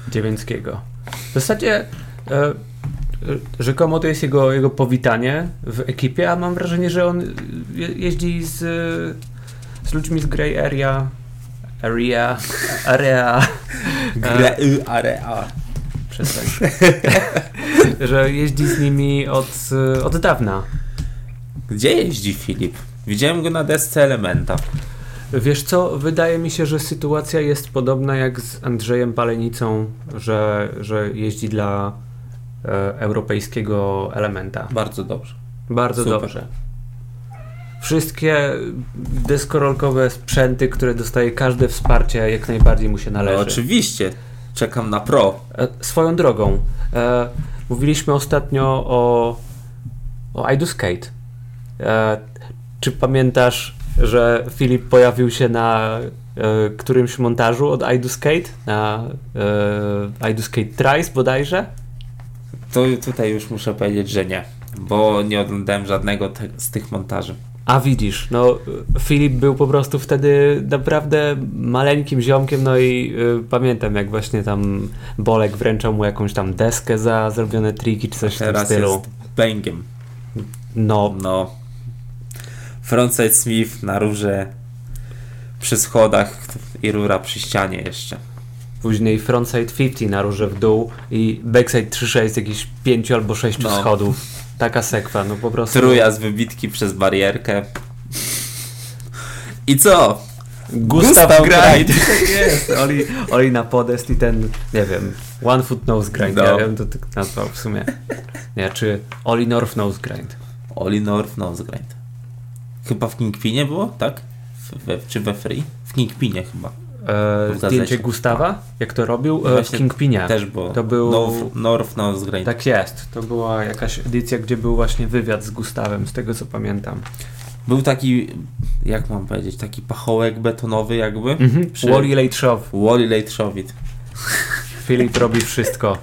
Speaker 2: Dziewięckiego. W zasadzie e, e, rzekomo to jest jego, jego powitanie w ekipie, a mam wrażenie, że on je, jeździ z, e, z ludźmi z Grey Area. Area. Area. <laughs>
Speaker 1: Gre, y, area.
Speaker 2: Przestań. że jeździ z nimi od, e, od dawna.
Speaker 1: Gdzie jeździ Filip? Widziałem go na desce Elementa.
Speaker 2: Wiesz co, wydaje mi się, że sytuacja jest podobna jak z Andrzejem Palenicą, że, że jeździ dla e, europejskiego elementa.
Speaker 1: Bardzo dobrze.
Speaker 2: Bardzo
Speaker 1: Super.
Speaker 2: dobrze. Wszystkie deskorolkowe sprzęty, które dostaje każde wsparcie, jak najbardziej mu się
Speaker 1: No,
Speaker 2: należy.
Speaker 1: oczywiście. Czekam na pro.
Speaker 2: E, Swoją drogą, e, mówiliśmy ostatnio o, o I Do Skate. E, czy pamiętasz, że Filip pojawił się na e, którymś montażu od I Do Skate? Na e, I Do Skate Tries bodajże?
Speaker 1: To tutaj już muszę powiedzieć, że nie. Bo nie oglądałem żadnego te, z tych montaży.
Speaker 2: A widzisz, no e, Filip był po prostu wtedy naprawdę maleńkim ziomkiem, no i e, pamiętam jak właśnie tam Bolek wręczał mu jakąś tam deskę za zrobione triki czy coś w tym
Speaker 1: Teraz
Speaker 2: stylu.
Speaker 1: jest bęgiem.
Speaker 2: No,
Speaker 1: No. Frontside Smith na rurze przy schodach i rura przy ścianie jeszcze.
Speaker 2: Później frontside 50 na róże w dół i backside 3-6 jakichś 5 albo 6
Speaker 1: No.
Speaker 2: schodów. Taka sekwa, no po prostu.
Speaker 1: Truja z wybitki przez barierkę. I co?
Speaker 2: Gustaw,
Speaker 1: Gustaw
Speaker 2: grind.
Speaker 1: Grind.
Speaker 2: Tak <laughs> jest. Oli, Oli na podest i ten, nie wiem, one foot nose grind.
Speaker 1: No.
Speaker 2: Ja wiem, to tak nazwał w sumie. Nie, czy Oli North nose grind.
Speaker 1: Oli North Nose Grind. Chyba w Kingpinie było, tak? W, we, czy we Free? W Kingpinie chyba.
Speaker 2: E,
Speaker 1: W
Speaker 2: zdjęcie
Speaker 1: gazecie.
Speaker 2: Gustawa, jak to robił e, w
Speaker 1: Właśnie
Speaker 2: Kingpinie.
Speaker 1: Też było.
Speaker 2: To był-
Speaker 1: North, North no, Nose Grind.
Speaker 2: Tak jest. To była jakaś edycja, gdzie był właśnie wywiad z Gustawem, z tego co pamiętam.
Speaker 1: Był taki, jak mam powiedzieć, taki pachołek betonowy jakby.
Speaker 2: Mhm.
Speaker 1: Przy-
Speaker 2: Wally Leitrow.
Speaker 1: Wally Leitrowit.
Speaker 2: Filip robi wszystko.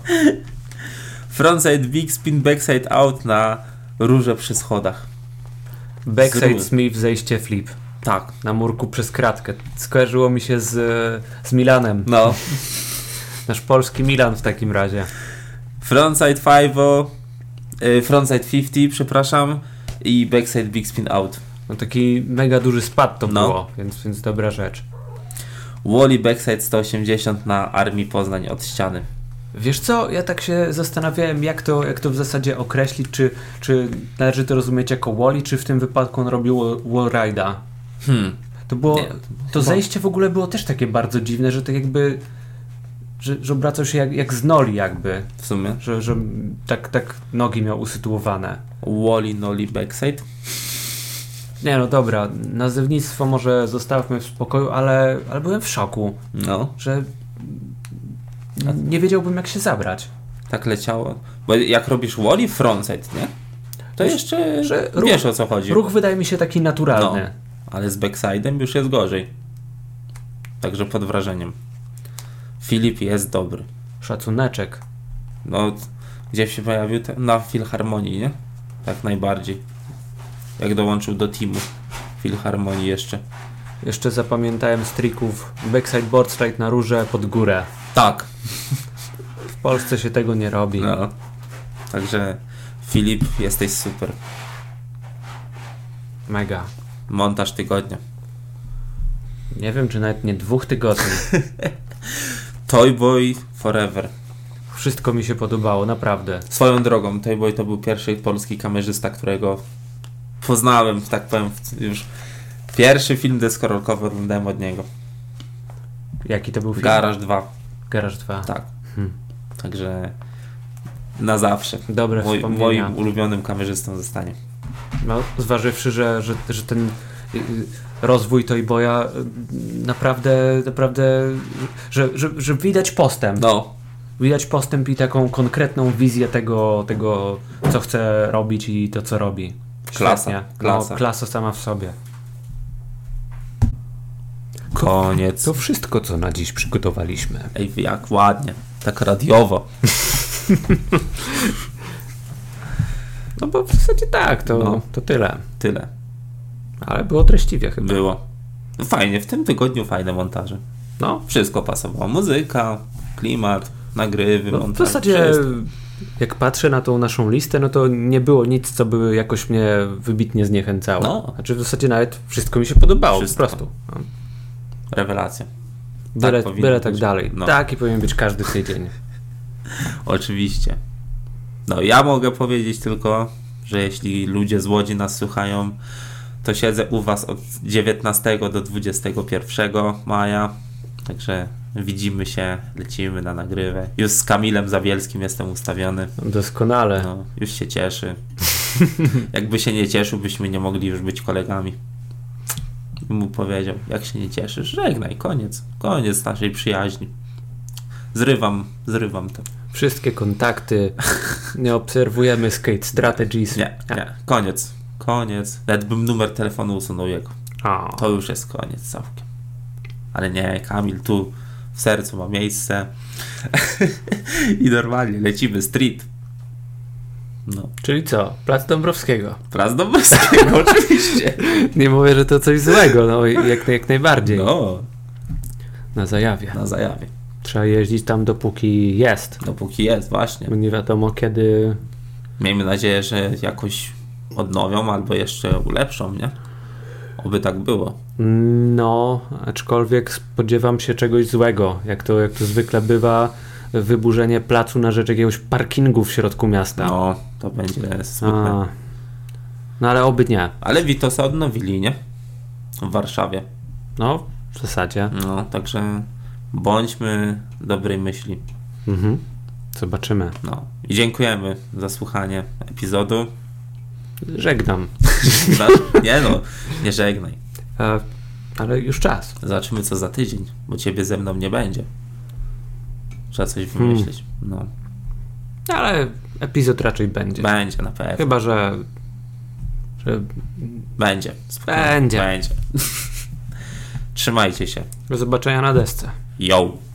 Speaker 1: Frontside big spin, backside out na rurze przy schodach.
Speaker 2: Backside
Speaker 1: Zrób.
Speaker 2: Smith, zejście flip.
Speaker 1: Tak.
Speaker 2: Na murku przez kratkę. Skojarzyło mi się z, z Milanem.
Speaker 1: No.
Speaker 2: Nasz polski Milan w takim razie.
Speaker 1: Frontside 5, y, frontside 50, przepraszam, i backside big spin out.
Speaker 2: No taki mega duży spad to
Speaker 1: No.
Speaker 2: było, więc, więc dobra rzecz.
Speaker 1: Wally backside 180 na armii Poznań od ściany.
Speaker 2: Wiesz co, ja tak się zastanawiałem, jak to, jak to w zasadzie określić, czy, czy należy to rozumieć jako Wally, czy w tym wypadku on robił Wallride'a.
Speaker 1: Hmm.
Speaker 2: To było,
Speaker 1: Nie,
Speaker 2: to zejście w ogóle było też takie bardzo dziwne, że tak jakby, że, że obracał się jak, jak z noli jakby,
Speaker 1: W sumie.
Speaker 2: że, że tak, tak nogi miał usytuowane.
Speaker 1: Wally noli backside.
Speaker 2: Nie no dobra, nazewnictwo może zostawmy w spokoju, ale, ale byłem w szoku,
Speaker 1: No,
Speaker 2: że nie wiedziałbym jak się zabrać.
Speaker 1: tak leciało. Bo jak robisz Wally frontside, nie? To
Speaker 2: Wiesz,
Speaker 1: jeszcze
Speaker 2: że
Speaker 1: wiesz o co chodzi. No.
Speaker 2: Ruch wydaje mi się taki naturalny.
Speaker 1: Ale z backside'em już jest gorzej. Także pod wrażeniem. Filip jest dobry.
Speaker 2: Szacuneczek.
Speaker 1: No, gdzie się pojawił? Te- Na Filharmonii, nie? Tak najbardziej. Jak dołączył do teamu Filharmonii jeszcze.
Speaker 2: Jeszcze zapamiętałem z trików backside board strike na róże pod górę.
Speaker 1: Tak,
Speaker 2: W Polsce się tego nie robi.
Speaker 1: no. Także Filip, jesteś super.
Speaker 2: Mega.
Speaker 1: Montaż tygodnia.
Speaker 2: Nie wiem, czy nawet nie dwóch
Speaker 1: <laughs>
Speaker 2: tygodni.
Speaker 1: Toy Boy Forever.
Speaker 2: Wszystko mi się podobało, naprawdę.
Speaker 1: Swoją drogą, Toy Boy to był pierwszy polski kamerzysta, którego poznałem, tak powiem, w- już pierwszy film deskorolkowy oglądałem od niego.
Speaker 2: Jaki to był film?
Speaker 1: Garaż 2,
Speaker 2: Garaż 2.
Speaker 1: tak.
Speaker 2: Hmm.
Speaker 1: Także na zawsze.
Speaker 2: Dobre
Speaker 1: Moi,
Speaker 2: wspomnienia.
Speaker 1: moim ulubionym kamerzystą zostanie.
Speaker 2: No, zważywszy, że, że, że ten y, y, rozwój Toy Boya y, naprawdę, naprawdę, że, że, że widać postęp.
Speaker 1: No,
Speaker 2: Widać postęp i taką konkretną wizję tego, tego, co chce robić i to, co robi.
Speaker 1: Klasa, klasa.
Speaker 2: No, klasa sama w sobie.
Speaker 1: koniec.
Speaker 2: wszystko, co na dziś przygotowaliśmy.
Speaker 1: Ej, jak ładnie. Tak radiowo.
Speaker 2: No bo w zasadzie tak, to,
Speaker 1: No.
Speaker 2: to tyle.
Speaker 1: Tyle.
Speaker 2: Ale było treściwie chyba.
Speaker 1: Było. No Fajnie, w tym tygodniu fajne montaże.
Speaker 2: No,
Speaker 1: Wszystko pasowało. Muzyka, klimat, nagrywy,
Speaker 2: no w
Speaker 1: montaż.
Speaker 2: zasadzie
Speaker 1: wszystko.
Speaker 2: jak patrzę na tą naszą listę, no to nie było nic, co by jakoś mnie wybitnie zniechęcało.
Speaker 1: No.
Speaker 2: Znaczy w zasadzie nawet wszystko mi się podobało,
Speaker 1: Wszystko.
Speaker 2: po prostu. No.
Speaker 1: Rewelacja.
Speaker 2: Byle tak,
Speaker 1: powinno
Speaker 2: byle tak
Speaker 1: być.
Speaker 2: dalej.
Speaker 1: No.
Speaker 2: Taki powinien być każdy <laughs> tydzień.
Speaker 1: Oczywiście. No ja mogę powiedzieć tylko, że jeśli ludzie z Łodzi nas słuchają, to siedzę u Was od 19 do 21 maja. Także widzimy się, lecimy na nagrywę. Już z Kamilem Zawielskim jestem ustawiony.
Speaker 2: Doskonale.
Speaker 1: No, już się cieszy. Jakby się nie cieszył, byśmy nie mogli już być kolegami. I Mu powiedział, jak się nie cieszysz, żegnaj, koniec, koniec naszej przyjaźni. Zrywam, zrywam to.
Speaker 2: Wszystkie <laughs> kontakty. Nie obserwujemy Skate Strategies. Tak.
Speaker 1: Nie, nie, koniec, koniec. Nawet bym numer telefonu usunął jego.
Speaker 3: O,
Speaker 1: To już jest koniec całkiem. Ale nie, Kamil tu w sercu ma miejsce. <laughs> I normalnie lecimy street. No,
Speaker 2: Czyli co? Plac Dąbrowskiego.
Speaker 1: plac Dąbrowskiego <laughs> oczywiście.
Speaker 2: Nie mówię, że to coś złego, no jak, jak najbardziej.
Speaker 1: No,
Speaker 2: Na zajawie.
Speaker 1: na zajawie.
Speaker 2: Trzeba jeździć tam dopóki jest.
Speaker 1: Dopóki jest, właśnie.
Speaker 2: Bo nie wiadomo kiedy
Speaker 1: Miejmy nadzieję, że jakoś odnowią albo jeszcze ulepszą, nie? Oby tak było.
Speaker 2: No, aczkolwiek spodziewam się czegoś złego, jak to, jak to zwykle bywa, wyburzenie placu na rzecz jakiegoś parkingu w środku miasta.
Speaker 1: No, to będzie smutne.
Speaker 2: A. No ale oby nie.
Speaker 1: Ale Witosa odnowili, nie? W Warszawie.
Speaker 2: No, w zasadzie.
Speaker 1: No, także bądźmy dobrej myśli.
Speaker 2: Mhm. Zobaczymy.
Speaker 1: No. I dziękujemy za słuchanie epizodu.
Speaker 2: Żegnam.
Speaker 1: Za- Nie no, nie żegnaj.
Speaker 2: E, ale już czas.
Speaker 1: Zobaczymy co za tydzień, bo ciebie ze mną nie będzie. Trzeba coś wymyślić. No,
Speaker 2: Ale epizod raczej będzie.
Speaker 1: będzie na pewno.
Speaker 2: Chyba, że, że
Speaker 1: Będzie. Spokojnie.
Speaker 2: Będzie.
Speaker 1: Będzie. <laughs> Trzymajcie się.
Speaker 2: do zobaczenia na desce.
Speaker 1: Yo.